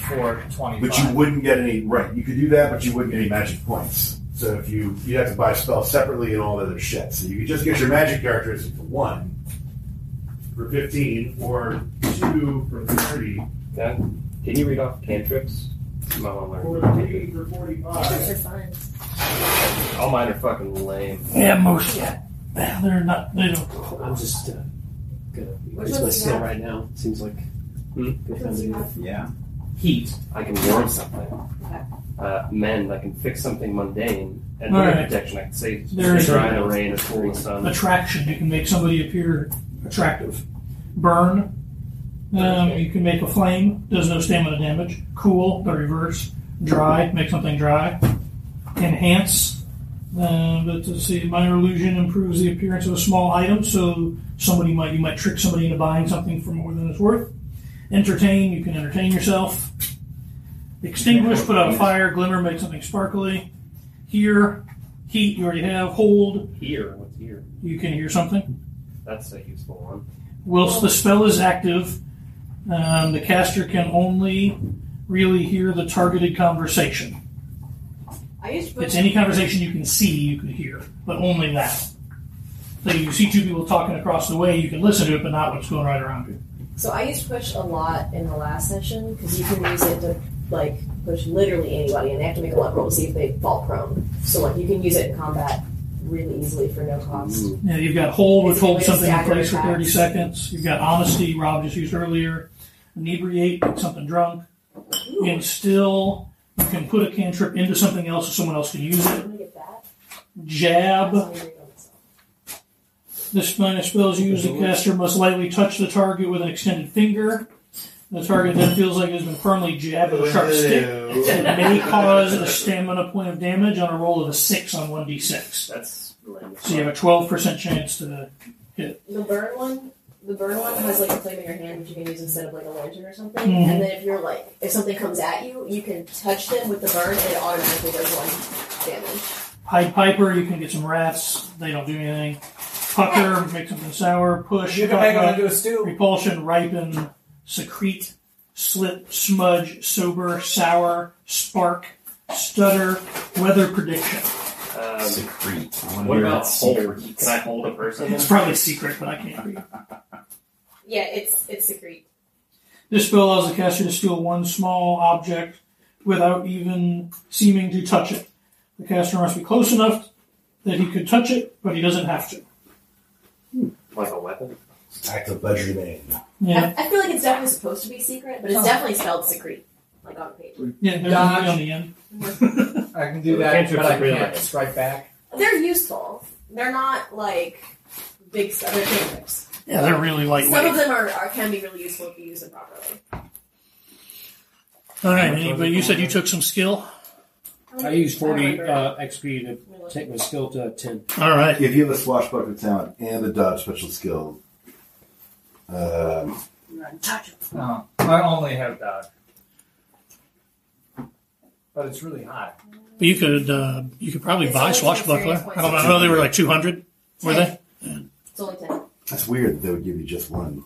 for twenty-five. But you wouldn't get any right. You could do that, but you wouldn't get any magic points. So if you you have to buy spells separately and all that other shit. So you could just get your magic characteristic for one for fifteen or two for thirty. Can, can you read off cantrips? I want to learn. for Those forty-five. are fun. All mine are fucking lame. Yeah, most. Yeah. They're not. They don't. I'm just uh, gonna Which use my one's skill that? right now. Seems like Hmm? good time to do it. Yeah. Heat. I can warm something. Uh, mend. I can fix something mundane. And All weather right. protection. I can save There is dry in a- the rain or cool in the sun. um, Attraction. You can make somebody appear attractive. Burn. Um, you can make a flame. Does no stamina damage. Cool. The reverse. Dry. Make something dry. Enhance. Uh, but let's see, minor illusion improves the appearance of a small item, so somebody might you might trick somebody into buying something for more than it's worth. entertain, you can entertain yourself. Extinguish, put out a fire, glimmer, make something sparkly. Hear, heat, you already have. Hold, Here, what's here? you can hear something. That's a useful one. Whilst the spell is active, um, the caster can only really hear the targeted conversation. I used to put It's any conversation you can see, you can hear, but only that. So you see two people talking across the way, you can listen to it, but not what's going right around you. So I used push a lot in the last session because you can use it to like push literally anybody, and they have to make a luck roll to see if they fall prone. So like you can use it in combat really easily for no cost. Now you've got hold, which It's always holds something in place for staggered 30 attacks. seconds. You've got honesty, Rob just used earlier. Inebriate, get something drunk. Instill, you can put a cantrip into something else so someone else can use I'm it. gonna get that. Jab, That's all I read on myself. This minor spell is used. The caster must lightly touch the target with an extended finger. The target then feels like it has been firmly jabbed with a sharp stick. It may cause a stamina point of damage on a roll of a 6 on 1d6. That's random. So you have a 12% chance to. The burn one, the burn one has like a flame in your hand, which you can use instead of like a lantern or something. Mhm. And then if you're like, if something comes at you, you can touch them with the burn, and it automatically does one damage. Pied Piper, you can get some rats. They don't do anything. Pucker, make something sour. Push, You can make them pucker, into a stew. repulsion, ripen, secrete, slip, smudge, sober, sour, spark, stutter, weather prediction. Um, Secrete. what about hold? Can I hold a person? It's probably secret, but I can't read. Yeah, it's it's secrete. This spell allows the caster to steal one small object without even seeming to touch it. The caster must be close enough that he could touch it, but he doesn't have to. Like a weapon? Act of pleasure, man. Yeah, I, I feel like it's definitely supposed to be secret, but it's definitely spelled secrete, like on the page. yeah, there's a Dodge. D on the end. I can do The that, cantrips but I are really can't nice. strike back. They're useful. They're not like big stuff. They're cantrips. Yeah, they're really Some of lightweight. them are, are can be really useful if you use them properly. All right, anybody, you said you took some skill. I used 40 remember. uh, XP to take my skill to 10. All right, If you have a swashbuckler talent and a dodge special skill, um, No, I only have that. But it's really hot. but you could uh, you could probably It's buy only swashbuckler. experience I don't know. I know they were like two hundred. Were they It's only ten. that's weird that they would give you just one.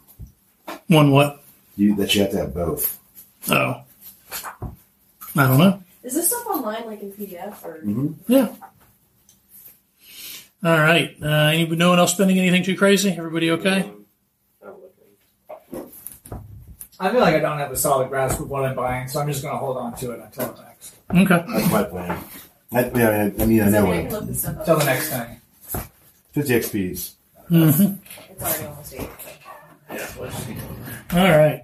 one what? You that you have to have both. Oh, I don't know. Is this stuff online, like in PDF or? Mm-hmm. Yeah. All right. Uh, anybody, no one else spending anything too crazy? Everybody okay? Um, I'm looking. I feel like I don't have a solid grasp of what I'm buying, so I'm just going to hold on to it until the next, Okay. That's my plan. I, I mean, I, I mean, I It's know okay, I can what look this stuff up. until the next thing. fifty XP's. Mhm. It's already almost eight. Yeah, let's see. All right.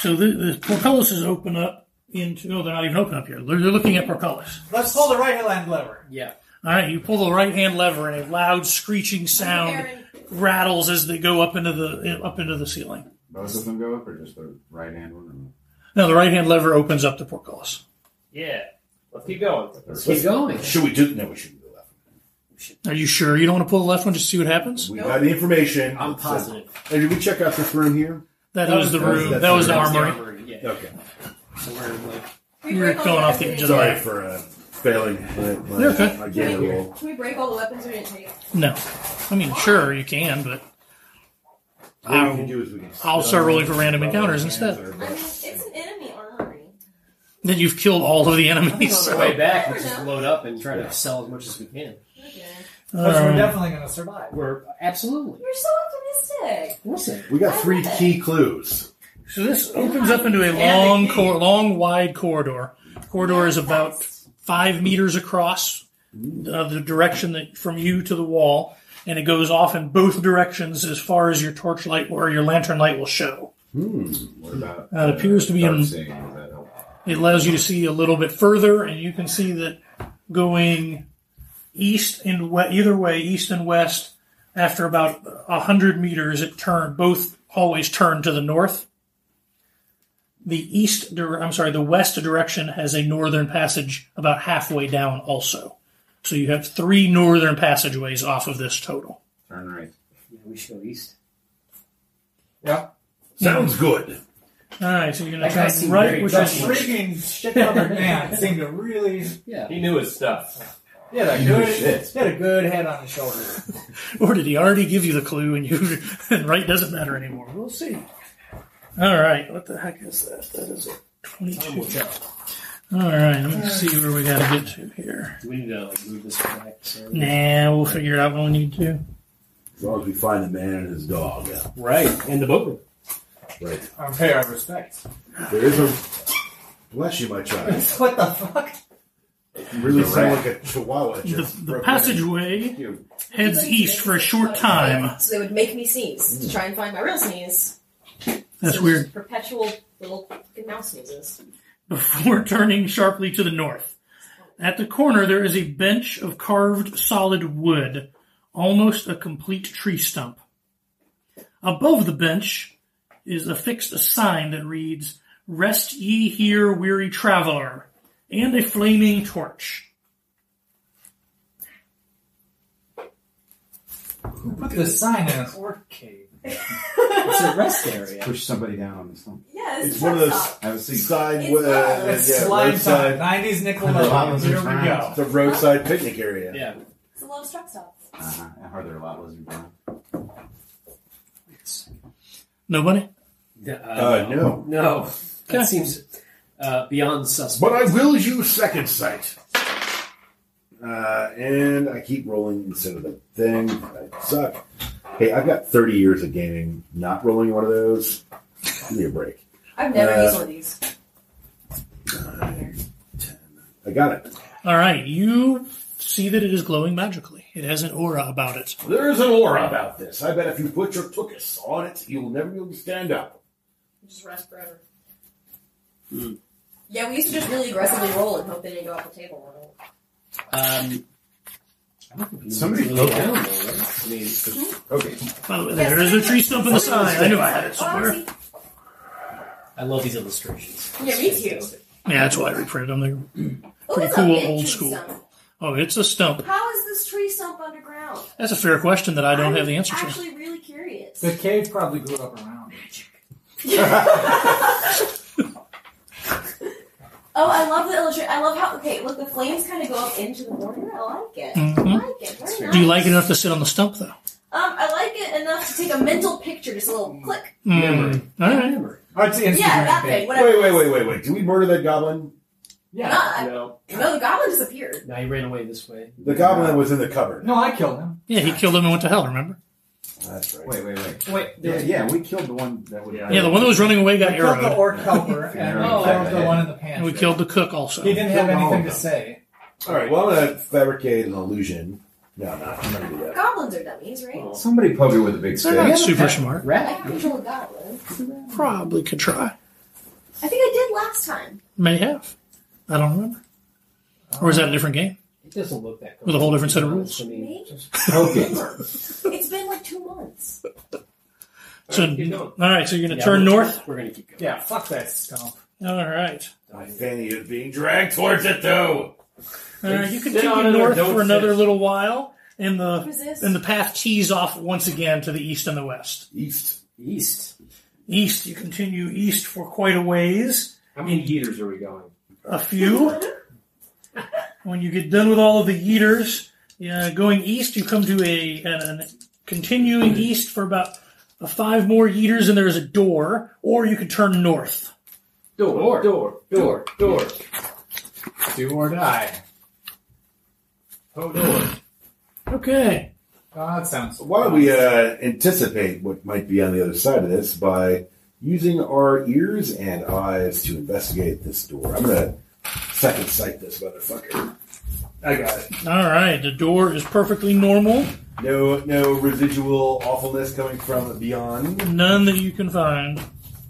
So the, the Porcullis is open up into. No, they're not even open up here. They're, they're looking at Porcullis. Let's pull the right hand lever. Yeah. All right. You pull the right hand lever, and a loud screeching sound Aaron, rattles as they go up into the up into the ceiling. Both of them go up, or just the right hand one? Now the right hand lever opens up the Porcullis. Yeah. Let's keep going. Let's keep going. Should we do? No, we shouldn't do that. Are you sure you don't want to pull the left one just to see what happens? We got the information. I'm positive. Hey, did we check out this room here? that is the room. That was the That's armory. Yeah. Okay. So we're like, can we You're break all going the off the weapons edge of we the- Sorry for uh, failing. My, my, You're okay. my game rule. didn't- Can we break all the weapons we didn't take? No. I mean, sure you can, but What we can do is we can. I'll start rolling for random encounters I mean, it's an enemy armory. then you've killed all of the on enemies. our way back, we just load up and try to sell as much as we can. Okay. Because Um, we're definitely going to survive. We're absolutely. You're so optimistic. Listen. We got three key clues. So this opens up into a long, cor- long, wide corridor. Corridor is about five meters across, uh, the direction that from you to the wall, and it goes off in both directions as far as your torchlight or your lantern light will show. What about? Uh, it appears to be dark in- seeing, does that help? It allows you to see a little bit further, and you can see that going east and we- either way, east and west. After about a hundred meters, it turn both hallways turn to the north. The east, dir- I'm sorry, the west direction has a northern passage about halfway down, also. So you have three northern passageways off of this total. Turn right. Yeah, we should go east. Yeah. Sounds good. All right, so you're gonna That guy try seemed right, very which The is dusty. freaking shit-covered man seemed to really. Yeah. He knew his stuff. He had a knew good, shit. he had a good head on his shoulder. Or did he already give you the clue and you and right doesn't matter anymore? We'll see. All right, what the heck is that? That is a twenty-two. All right, let me see where we gotta get to here. We need to like, move this back. So. Nah, we'll figure it out when we need to. As long as we find the man and his dog. Right, and the boatman. Right. I'm pay our respects. There is a. Bless you, my child. what the fuck? You really The sound rat. like a chihuahua. The, just the broke passageway in. Like, heads east for a short time. So they would make me sneeze to try and find my real sneeze. That's So weird. just Perpetual little fucking mouth sneezes. before turning sharply to the north. At the corner, there is a bench of carved solid wood, almost a complete tree stump. Above the bench is affixed a sign that reads, Rest ye here, weary traveler, and a flaming torch. Who put this sign in an orc cave? It's a rest area. Push somebody down on this one. Yeah, this It's is one of truck those stop. Have a seat. Side It's with not- uh, It's yeah, slime time. roadside, 90s And the Nickelodeon. llamas are Here we fine. go. the roadside picnic area. Yeah. It's a lot of truck stops. Uh-huh. I heard there are a lot of lizard brown. Nobody? Yeah, Uh, no. No. That Okay. seems uh, beyond suspect. But I will use second sight. Uh, and I keep rolling instead of the thing. I suck. Hey, I've got 30 years of gaming. Not rolling one of those. Give me a break. I've never Uh, used one of these. Here. I got it. All right, you see that it is glowing magically. It has an aura about it. There is an aura about this. I bet if you put your tuchus on it, you will never be able to stand up. Just rest forever. Hmm. Yeah, we used to just really aggressively roll and hope they didn't go off the table. Um, Somebody really okay. down, though, right? I mean, Okay. By the way, there is a tree stump in the side. I knew I had it somewhere. Oh, I love these illustrations. Yeah, me too. Mm. Yeah, that's why I reprinted them. They're- I see. Pretty Ooh, cool, a big old tree school. stump. Oh, it's a stump. How is this tree stump underground? That's a fair question that I don't I'm have the answer to. actually really curious. The cave probably grew up around. it. Oh, I love the illustration. I love how, okay, look, the flames kind of go up into the border. I like it. I Mhm. like it. Very nice. Do you like it enough to sit on the stump, though? Um, I like it enough to take a mental picture, just a little click. Mm. All right. Oh, it's the Instagram Yeah, that page. thing, whatever. Wait, wait, wait, wait, wait. Do we murder that goblin? Yeah. Not, No. no, the goblin disappeared. Now he ran away this way. The goblin was in the cupboard. No, I killed him. Yeah, he killed him and went to hell, remember? That's right. Wait, wait, wait. Wait, Yeah, yeah, we killed the one that would. Yeah. Yeah, the one that was running away got We killed the arrowed. orc helper and we Oh. killed the one in the And pantry. we killed the cook also. He didn't have Killed all anything of to them. say. All right. Well, I'm gonna fabricate an illusion. No, no, I'm not gonna do that. Goblins are dummies, right? Somebody poke it with a big They're stick. not super smart. I Rat. can control a goblin. Probably could try. I think I did last time. May have. I don't remember. Or is that a different game? It doesn't look that good. With a whole different set of rules. I mean, Maybe. Poke it. It's been like two months. So, keep going. all right, so you're going to yeah, turn we're- north? We're going to keep going. Yeah, fuck that stump. All right. My fanny is being dragged towards it, though. All right, you Sit on continue it or north don't for another sit. little while, and the, Resist. and the path tees off once again to the east and the west. East. East. East, you continue east for quite a ways. How many yeeters are we going? a few. when you get done with all of the yeeters, yeah, going east, you come to a, an, an continuing east for about uh, five more yeeters, and there is a door, or you could turn north. Door. Door. Door. Door. Do or die. Oh, door. Okay. Oh, that sounds. Why don't we uh, anticipate what might be on the other side of this by using our ears and eyes to investigate this door? I'm gonna second sight this motherfucker. I got it. All right. The door is perfectly normal. No, no residual awfulness coming from beyond. None that you can find.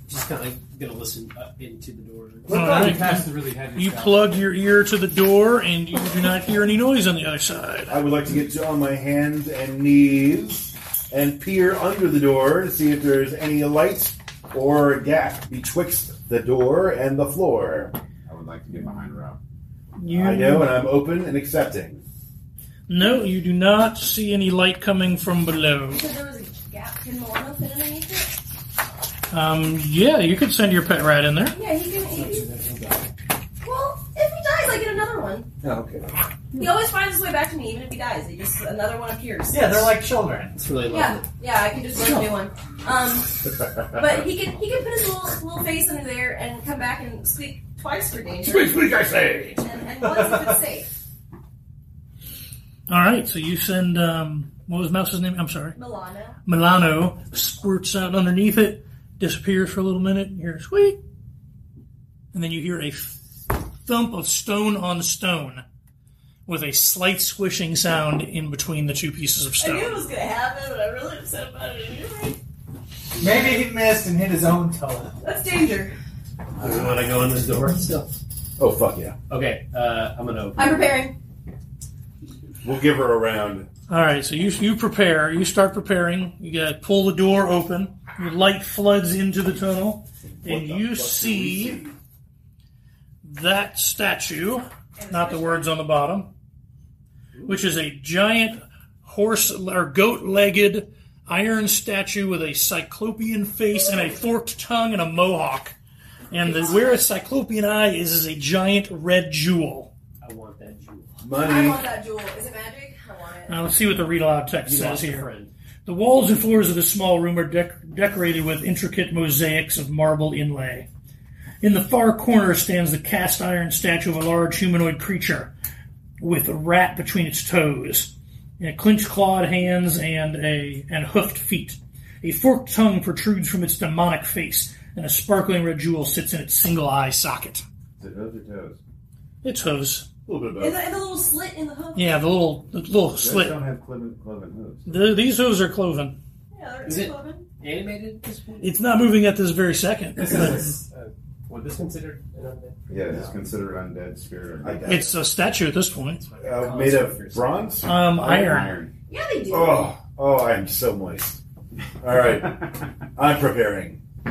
Just kind of going to listen up into the door. We're All probably right. past the really heavy You stuff. plug your ear to the door, and you do not hear any noise on the other side. I would like to get on my hands and knees and peer under the door to see if there is any light or gap betwixt the door and the floor. I would like to get behind Rob. You I know, and I'm open and accepting. No, you do not see any light coming from below. Because there was a gap. Didn't Milano fit underneath it? Um, yeah, you could send your pet rat in there. Yeah, he can. He can well, if he dies, I get another one. Oh, okay. He always finds his way back to me, even if he dies. He just another one appears. Yeah, they're like children. It's really lovely. Yeah, yeah, I can just learn a new one. Um, but he can he can put his little little face under there and come back and squeak twice for danger. Squeak, squeak, I say. And, and once if it's safe, All right, so you send. Um, what was Mouse's name? I'm sorry. Milano. Milano squirts out underneath it, disappears for a little minute. You hear a squeak, and then you hear a thump of stone on stone, with a slight squishing sound in between the two pieces of I knew it stone. was gonna happen, but I'm really upset about it anyway. Maybe he missed and hit his own toe. That's danger. Do we want to go in this door still? Oh fuck yeah! Okay, uh, I'm gonna open. I'm preparing. We'll give her a round. All right, so you you prepare. You start preparing. You got to pull the door open. Your light floods into the tunnel, and you see that statue. not the words on the bottom, which is a giant horse or goat legged iron statue with a cyclopean face and a forked tongue and a mohawk. And the, where a cyclopean eye is, is a giant red jewel. I want that jewel. I Money. want that jewel. Is it magic? I want it. Now, let's see what the read aloud text You says lost a here. friend. The walls and floors of the small room are dec- decorated with intricate mosaics of marble inlay. In the far corner stands the cast iron statue of a large humanoid creature with a rat between its toes, and clenched clawed hands and a and hoofed feet. A forked tongue protrudes from its demonic face, and a sparkling red jewel sits in its single eye socket. Is it hooves or toes? It's hooves. A little bit of both. And the, and the little slit in the hoof. Yeah, the little the little Those slit. don't have cloven, cloven hooves. The, these hooves are cloven. Yeah, Is there's it- cloven. Animated at this point? It's not moving at this very second. This but- is. Uh, would this considered an undead? Yeah, it's considered undead spirit. Or I doubt It's a statue at this point. Uh, made of bronze? Um, iron. iron. Yeah, they do. Oh, oh, I'm so moist. All right, I'm preparing. All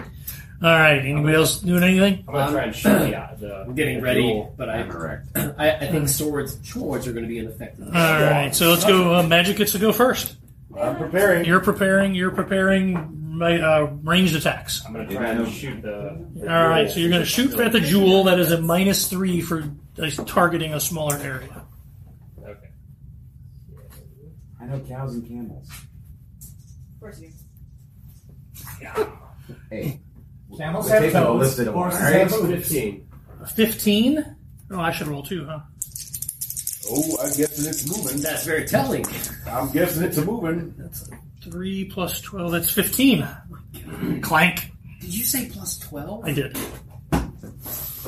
right. Anybody else doing anything? I'm gonna try and Um, shoot the. uh, the I'm Um, getting the ready, jewel. but I, I'm erect. I, I think swords swords are going to be ineffective. All right. So let's go. Uh, Magic gets to go first. I'm preparing. You're preparing. You're preparing my, uh, ranged attacks. I'm gonna try and shoot the. the All right. jewel. So you're going to shoot at the jewel. That is a minus three for uh, targeting a smaller area. Okay. I know cows and camels. Of course you. do. Hey, Camels We're have taking a toes. listed one, Horses all right? have hooves. Fifteen. Fifteen. Oh, I should roll two, huh? Oh, I'm guessing it's moving. That's very telling. I'm guessing it's a moving. That's three plus twelve. That's fifteen. Clank. Did you say plus twelve? I did.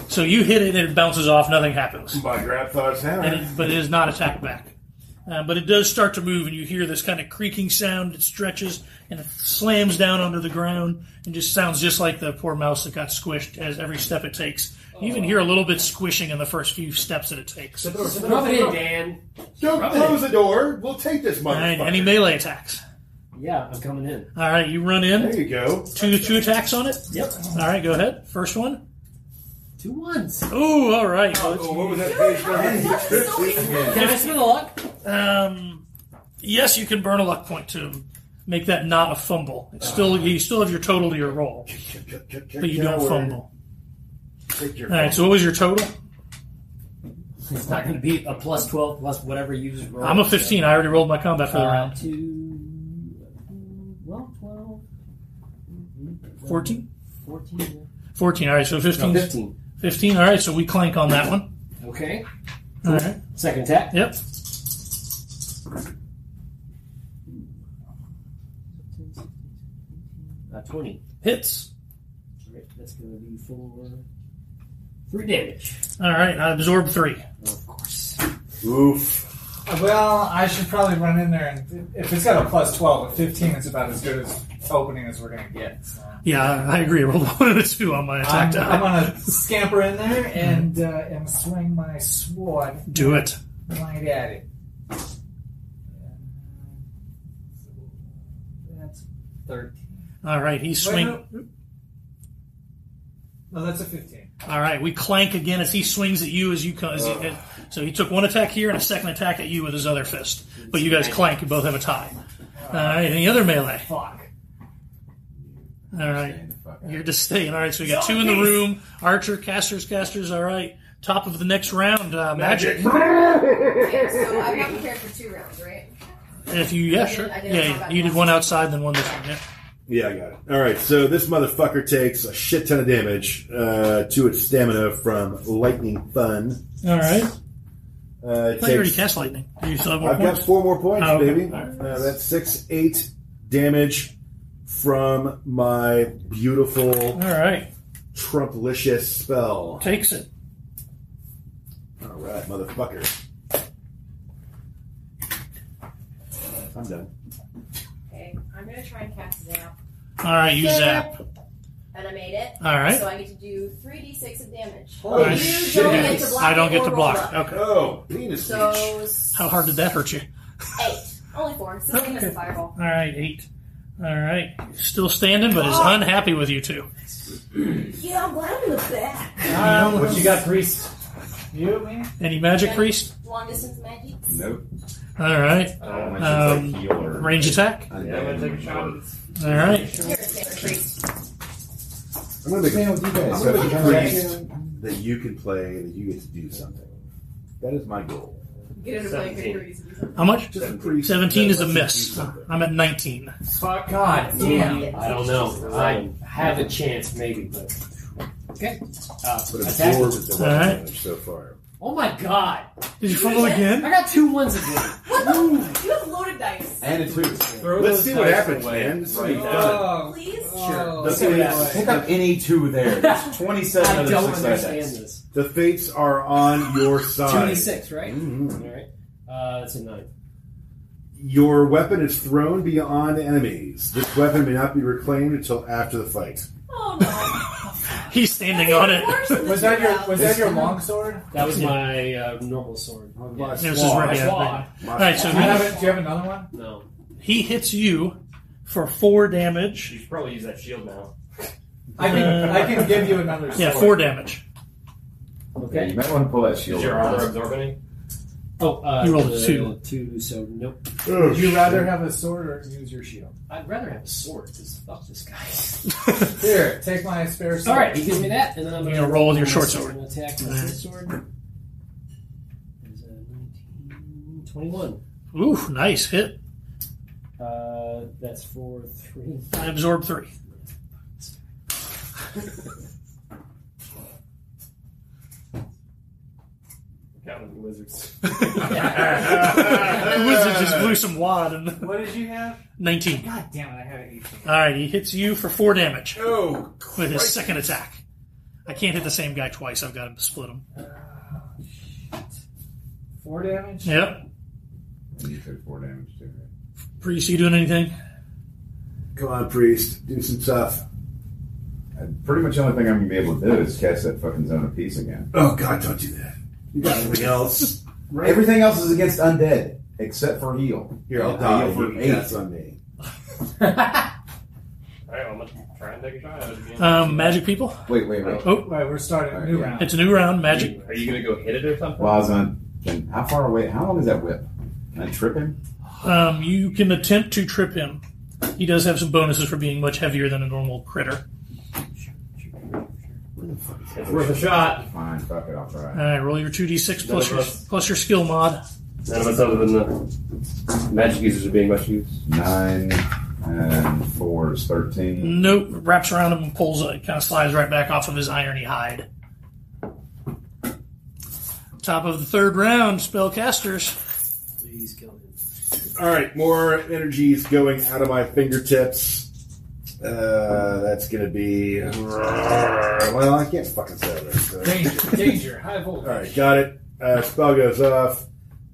So you hit it and it bounces off. Nothing happens. My grab thoughts and hammer. it, but it is not attacked back. Uh, but it does start to move, and you hear this kind of creaking sound. It stretches and it slams down onto the ground, and just sounds just like the poor mouse that got squished as every step it takes. You even hear a little bit squishing in the first few steps that it takes. Shut the door, shut the door, Rub it shut the in, door. Dan. Don't close the door. We'll take this And motherfucker. any melee attacks. Yeah, I'm coming in. All right, you run in. There you go. Two two attacks on it. Yep. All right, go ahead. First one. Two ones. Oh, all right. Oh, what was that page number? Can I spin the luck? Um, yes, you can burn a luck point to make that not a fumble. It's still you still have your total to your roll, but you don't fumble. Take your All right. So what was your total? It's not going to be a plus twelve plus whatever you just rolled. I'm a 15. I already rolled my combat for So, the uh, round. two. Well, twelve. Mm-hmm. Uh, 14? Fourteen. 14. All right. So No, 15. Fifteen. 15. All right. So we clank on that one. Okay. All right. Second attack. Yep. Uh, Twenty. Hits. All right, that's going to be for three damage. All right. I absorb three. Of course. Oof. Uh, Well, I should probably run in there and if it's got a plus twelve, a fifteen is about as good as opening as we're gonna get. So. Yeah, I agree. I rolled one and a two on my attack. I'm, I'm gonna scamper in there and uh, and swing my sword Do it. right at it. That's thirteen. All right. He swing. Wait, no. No, that's a fifteen. All right. We clank again as he swings at you as you come. As he, so he took one attack here and a second attack at you with his other fist. But you guys clank. You both have a tie. All right. Any other melee? Fuck. All right. Staying the fuck out. You're just staying. All right, so we got two in the room. Archer, casters, casters. All right. Top of the next round, uh, magic. Okay, so I've not prepared for two rounds, right? And if you, yeah, sure. I did a Yeah, combat you did last one outside, then one this one. Yeah. Yeah, I got it. All right, so this motherfucker takes a shit ton of damage uh, to its stamina from lightning fun. All right. Uh, I it thought you already takes, cast lightning. You still have one I've got point? four more points, Oh, okay. baby. All right. Uh, that's six, eight damage from my beautiful All right. Trumplicious spell. Takes it. All right, motherfucker. I'm done. Okay, I'm gonna try and cast zap, All right, you zap. and I made it. All right. So I get to do three d six of damage. All right. Oh, You don't get Uh, to block. I don't it get to or roll block. up. Okay. Oh, penis So s- How hard did that hurt you? eight, only four. It's the same as a fireball. All right, eight. All right. Still standing, but is unhappy with you two. Yeah, I'm glad I'm in the back. Ah, what you got, priest? You, me? Any magic priest? Long distance magic. Nope. All right. I don't want Um, to heal or. Range attack. I'm Yeah, I'm gonna take a shot. All right. You're a sailor priest. I'm gonna make What's the a name with you guys? I'm So if gonna you make come a back priest here- that you can play, that you get to do something. That is my goal. Get into play good Seventeen. reason. How much? Just a priest. 17 is a that lets you do miss. something. I'm at 19. Fuck God Yeah. damn. I don't know. I have a chance, maybe, but. Okay. Uh, But it's attack. four with the All right. weapon damage so far. Oh my god. Did you fumble again? I got two ones again. You have loaded dice. And a two. Throw Let's those see what dice happens, away. man. This will be Right. fun. Oh, Please? Oh, Let's Look at see. that. Pick up any two there. There's 27 I of the don't success understand dice. this. The fates are on your side. 26, right? Mhm. Alright. Uh, that's a 9. Your weapon is thrown beyond enemies. This weapon may not be reclaimed until after the fight. Oh no. He's standing on it. Worse than the Was that two your rounds. was that your longsword? That was my uh, normal sword. My This is sword. where he That's had- why. My All right, so Do you have he, it? Do you have another one? No. he hits you for four damage. You should probably use that shield now. I can I Uh, can give you another. Sword. Yeah, four damage. Yeah, you Okay. might want to pull that shield. Did your armor absorb any? Oh, uh, You rolled a the- two. Two, so nope. Oh, Would you rather shit. have a sword or use your shield? I'd rather have a sword, because fuck this guy. Here, take my spare sword. Alright, he gives me that, and then I'm You're going gonna to roll with your short sword. Attack with Alright. this sword. There's a 19, 21. Ooh, nice hit. Uh, that's for three. I absorb three. Counting the wizards. the wizard just blew some wad and What did you have? 19. God damn it! I had an eighteen. All right, he hits you for four damage Oh, with his Christ. second attack. I can't hit the same guy twice. I've got to split him. Four damage. Yep. You took four damage too. right? Priest, you doing anything? Come on, priest. Do some stuff. And pretty much the only thing I'm gonna be able to do is cast that fucking zone of peace again. Oh, God, don't do that. You got anything else? Everything else is against undead except for heal. Here, I'll I die. Heal for You eight. cats on me. Alright, well, I'm gonna try and take a shot at it again. Um, magic people? Wait, wait, wait. Oh, Wait, we're starting a new Yeah. round. it's a new round. Magic. Are you gonna go hit it or something? While I was on, then how far away? How long is that whip? Am I tripping? Um, you can attempt to trip him. He does have some bonuses for being much heavier than a normal critter. It's worth a shot. Fine, fuck it, I'll try. All right, roll your 2d6 plus None your, of us. plus your skill mod. None of us other than the magic users are being much used. Nine and four is thirteen. Nope. Wraps around him and pulls it. Kind of slides right back off of his irony hide. Top of the third round, spellcasters. Please kill him. All right, more energy is going out of my fingertips. Uh, that's gonna be. Well, I can't fucking say that. so- danger, danger, high All voltage. right, got it. Uh, spell goes off.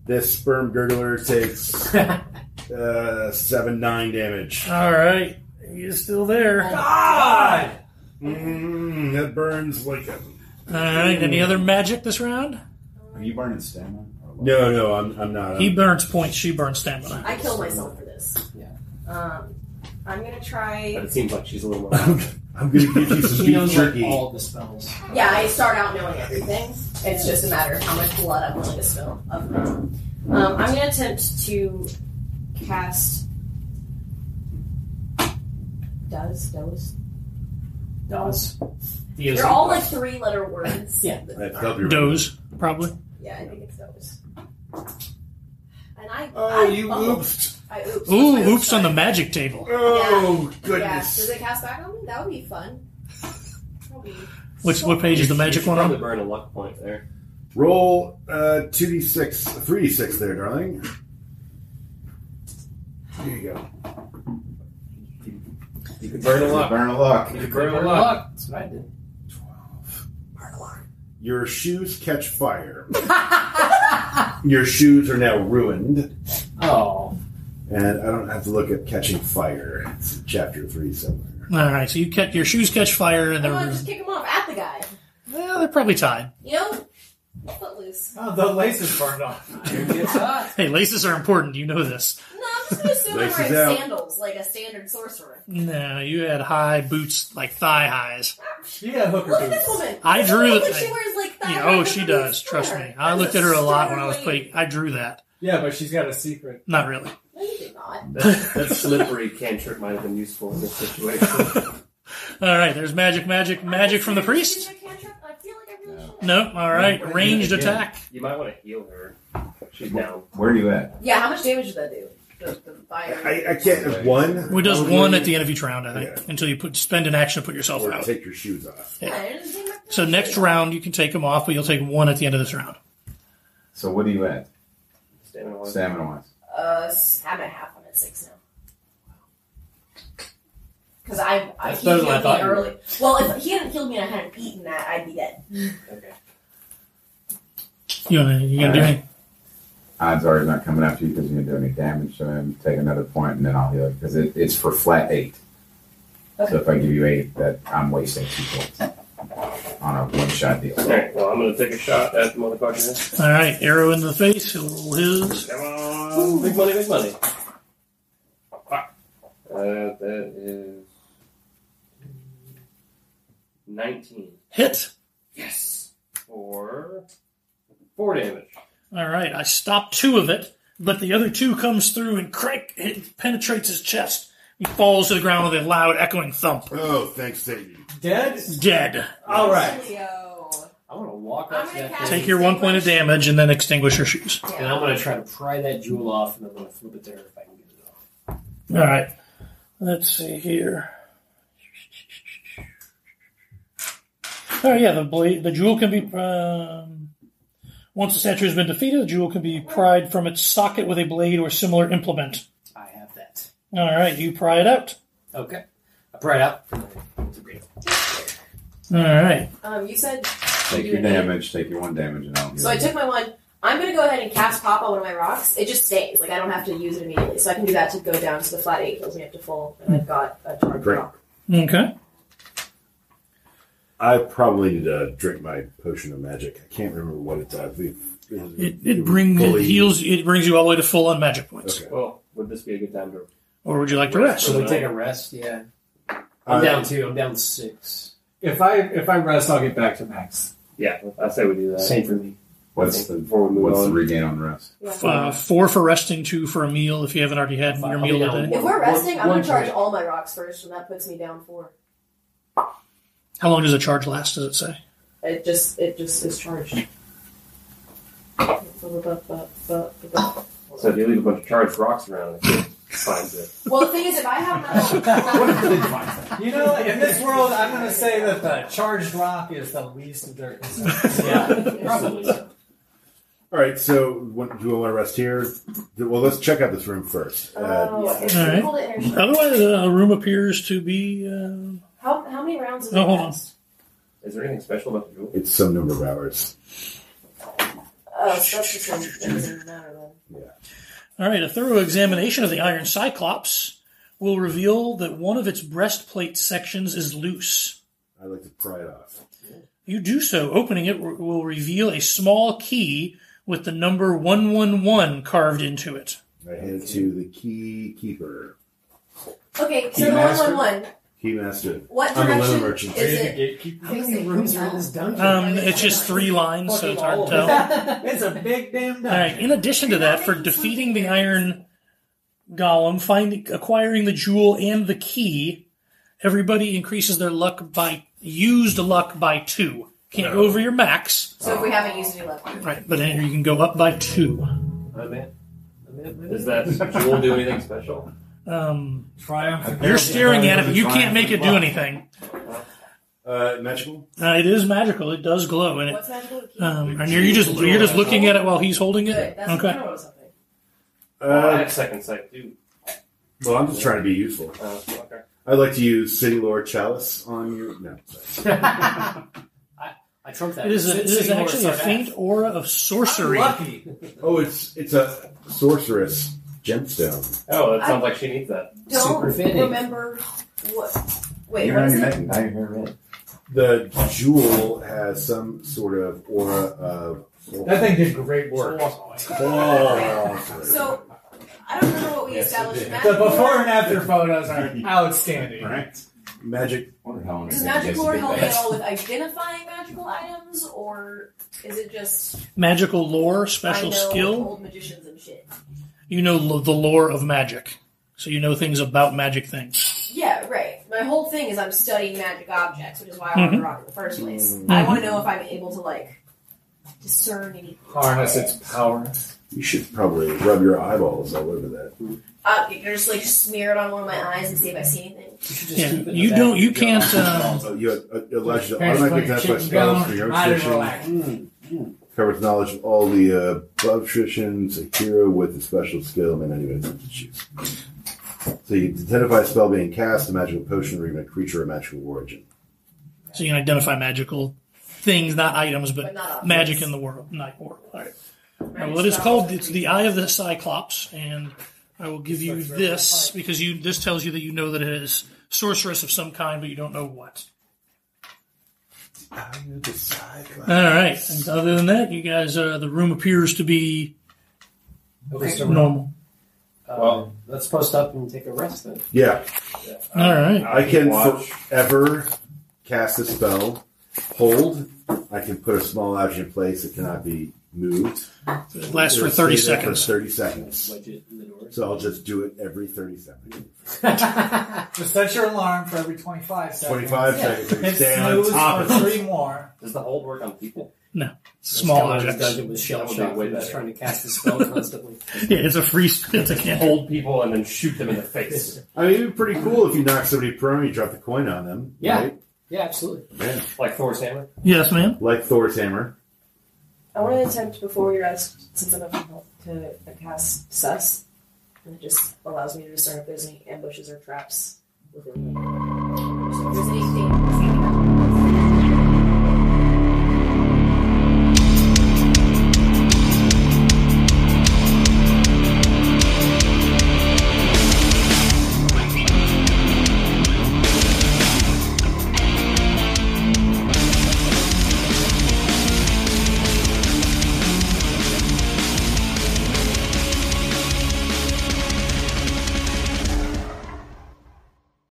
This sperm gurgler takes uh, seven nine damage. All right. He is still there. All God! Mm, that burns like a. right. Any other magic this round? Are you burning stamina? or what? No, no, I'm, I'm not. He burns points. She burns stamina. I killed myself for this. Yeah. Um, I'm gonna try. But it seems like she's a little more. I'm, I'm gonna give you some She beef knows like, jerky. all the spells. Yeah, I start out knowing everything. It's just a matter of how much blood I'm willing to spill of my own. Um, I'm gonna attempt to cast. Does does Does. They're all like three letter words. Yeah. That's help you. Doze, probably. Yeah, I think it's those. And I. Oh, I you fumbled. oopsed. I oops. Ooh, That's my oops on the side. magic table. Oh, Yeah, goodness. does it cast back on me? That would be fun. That would be What's so what page is the You magic should one Probably on? burn a luck point there. Roll uh, 2d6, 3d6 there, darling. There you go. You could Burn a luck. Burn a luck. You could burn a Good luck. luck. That's what I did. Your shoes catch fire. Your shoes are now ruined. Oh. And I don't have to look at catching fire. It's in chapter 3 somewhere. All right, so you catch your shoes catch fire and Come on, they're just kick him off at the guy. well, they're probably tied. You know, footloose. Oh, the lace is burned off. It's hot. Hey, laces are important. You know this. No, I'm just gonna assume I'm Laces wearing out. sandals like a standard sorcerer. No, you had high boots like thigh highs. She had hooker Look at this boots. woman. I Look drew at the She thing. wears like that. Yeah, oh, she does. Trust me. I looked at her a lot when I was playing. I drew that. Yeah, but she's got a secret. Not really. No, you did not. That, that slippery cantrip might have been useful in this situation. All right, there's magic, magic, magic from the priest. I feel like I really should. Nope. All right, ranged attack. You might want to heal her. She's down. Where are you at? Yeah, how much damage did that do? The, the fire. I, I can't. One? Well, it does Probably. one at the end of each round, I think, Yeah. until you put spend an action to put yourself Or out. take your shoes off. Yeah, I didn't take my- So next round you can take them off, but you'll take one at the end of this round. So what are you at? Stamina wise. Stamina wise. Uh, s- I'm at half. I'm at six now. Because I, I That's he better healed than I me thought you early. Well, if he hadn't killed me and I hadn't eaten that, I'd be dead. Okay. You wanna, you gonna All do right. anything? Odds are he's not coming after you because you didn't do any damage to him. Take another point and then I'll heal you because it, it's for flat eight. Okay. So if I give you eight, that I'm wasting two points on a one shot deal. Alright, well, I'm going to take a shot at the motherfucker. All right, arrow in the face. He'll roll his. Come on. Big money, big money. Fuck. Uh, that is. 19. Hit. Yes! For. 4 damage. All right, I stop two of it, but the other two comes through and crank. It penetrates his chest. He falls to the ground with a loud echoing thump. Oh, thanks, Satan. Dead? Dead. All right. Leo. I want to walk I'm up to gonna that cast. thing, Take your one point of damage and then extinguish your shoes. Yeah. and I'm going to try to pry that jewel off, and I'm going to flip it there if I can get it off. All right, let's see here. Oh yeah, the blade, the jewel can be. Um, once the statue has been defeated, the jewel can be pried from its socket with a blade or similar implement. I have that. All right, you pry it out. Okay. I pry it out. All right. Um, you said. Take you your do it. damage, take your one damage and I'll heal So I you. took my one. I'm going to go ahead and cast pop on one of my rocks. It just stays. Like, I don't have to use it immediately. So I can do that to go down to the flat eight. Fills me up to full. And I've got a dark Great. rock. Okay. I probably need to drink my potion of magic. I can't remember what it does. It, It it brings it fully- heals. It brings you all the way to full on magic points. Okay. Well, would this be a good time to. Or would you like to rest? Should we take a rest? Yeah. I'm Uh, down two. I'm down six. If I if I rest, I'll get back to max. Yeah, I say we do that. Same for me. What's the Before we move what's the on. regain on rest? Yeah. F- Uh, four for resting, two for a meal if you haven't already had your I'll meal be down today. If we're resting, One I'm going to charge point. all my rocks first, and that puts me down four. How long does a charge last? Does it say? It just it just is charged. So if you leave a bunch of charged rocks around, it finds it. Well, the thing is, if I have my own, You know, in this world, I'm going to say that the charged rock is the least of their concerns. Yeah. Probably so. All right, so what, do I want to rest here? Well, let's check out this room first. Uh, oh, it's All right. cold energy. Otherwise, uh, a room appears to be. Uh, How how many rounds is Oh, it? hold last? Is there anything special about the jewel? it's some number of hours. Oh, so that's just one. That doesn't matter then. all right, a thorough examination of the Iron Cyclops will reveal that one of its breastplate sections is loose. I like to pry it off. You do so, opening it w- will reveal a small key with the number 111 carved into it. I hand it to the key keeper, Okay, so Key the one master? one one. key master. What I'm a loan direction merchant. is it? How many rooms are in this dungeon? Um, it's just three lines, so it's hard to tell. All it's a big damn right. dungeon. In addition to that, for defeating the Iron Golem, finding acquiring the jewel and the key, Everybody increases their luck by used luck by two. Can't go over your max, So if we haven't used any left, right? But then you can go up by two. I'm in. I'm in. Does that jewel do anything special? Um, Triumph. you're staring at it. You can't make it do anything. Uh, magical? Uh, it is magical. It does glow, and it. what's magical? to keep? Um, and you're, you just you're just looking at it while he's holding it. Good. That's Okay. I wrote something. I Uh, have second sight too. well, I'm just trying to be useful. Uh, fucker. I'd like to use City Lord Chalice on you. No, sorry. I trumped that. It is, a, it is Sitting actually over a Sardath. faint aura of sorcery. I'm lucky. Oh, it's it's a sorceress gemstone. Oh, that sounds like she needs that. Don't Super fitting. remember what. Wait, You're what not is even it? making. Now you're hearing it. The jewel has some sort of aura of. That thing did great work. Oh, So I don't remember what we Yes, established. it did. Magic The before lore- and after photos are outstanding. right. Magic. Wonder how long Does it magic takes to lore get help that. at all with identifying magical items, or is it just Magical lore, I special know skill. old magicians and shit? You know lo- the lore of magic, so you know things about magic things. Yeah, right. My whole thing is I'm studying magic objects, which is why I Mm-hmm. wanted to rock in the first place. I Mhm. want to know if I'm able to like discern any. Harness its power. You should probably rub your eyeballs all over that. Uh, you can just like smear it on one of my eyes and see if I see anything. You should just Yeah, keep it in you the back don't. of You your can't. office. Uh, Oh, you uh, allows you to automatically Parents put your identify chicken spells down, for your I own didn't station. relax. Mm, mm. Covers knowledge of all the uh, above traditions. A hero with a special skill and anybody attempt to choose. So you identify a spell being cast, a magical potion, or even a creature of magical origin. so you can identify magical things, not items, but, But not objects. magic in the world, night world. All right. Now, well, it is called. It's the Eye of the Cyclops, and I will give you this because you. This tells you that you know that it is sorceress of some kind, but you don't know what. All right. And other than that, you guys, uh, the room appears to be Okay, so normal. well, Um, let's post up and take a rest then. Yeah, All right. I can Uh, watch. forever cast a spell, hold. I can put a small object in place that cannot be moved. It lasts for It'll thirty stay there for seconds. Thirty seconds. Wedge it in the door. So I'll just do it every thirty seconds. Just set your alarm for every 25 seconds. 25 seconds. Hit Stay on snooze top for of it. three more. Does the hold work on people? Small This guy just objects. does it with shell That would be shock. way He's better. trying to cast a spell constantly. Yeah, it's a free. It's a can't. Hold people and then shoot them in the face. I mean, it'd be pretty cool if you knock somebody prone, you drop the coin on them. Yeah. Right? Yeah, absolutely. Yeah. Like Thor's hammer? Yes, ma'am. Like Thor's hammer. I want to attempt before we rest, since I'm up from help, to cast sus, and it just allows me to discern if there's any ambushes or traps within.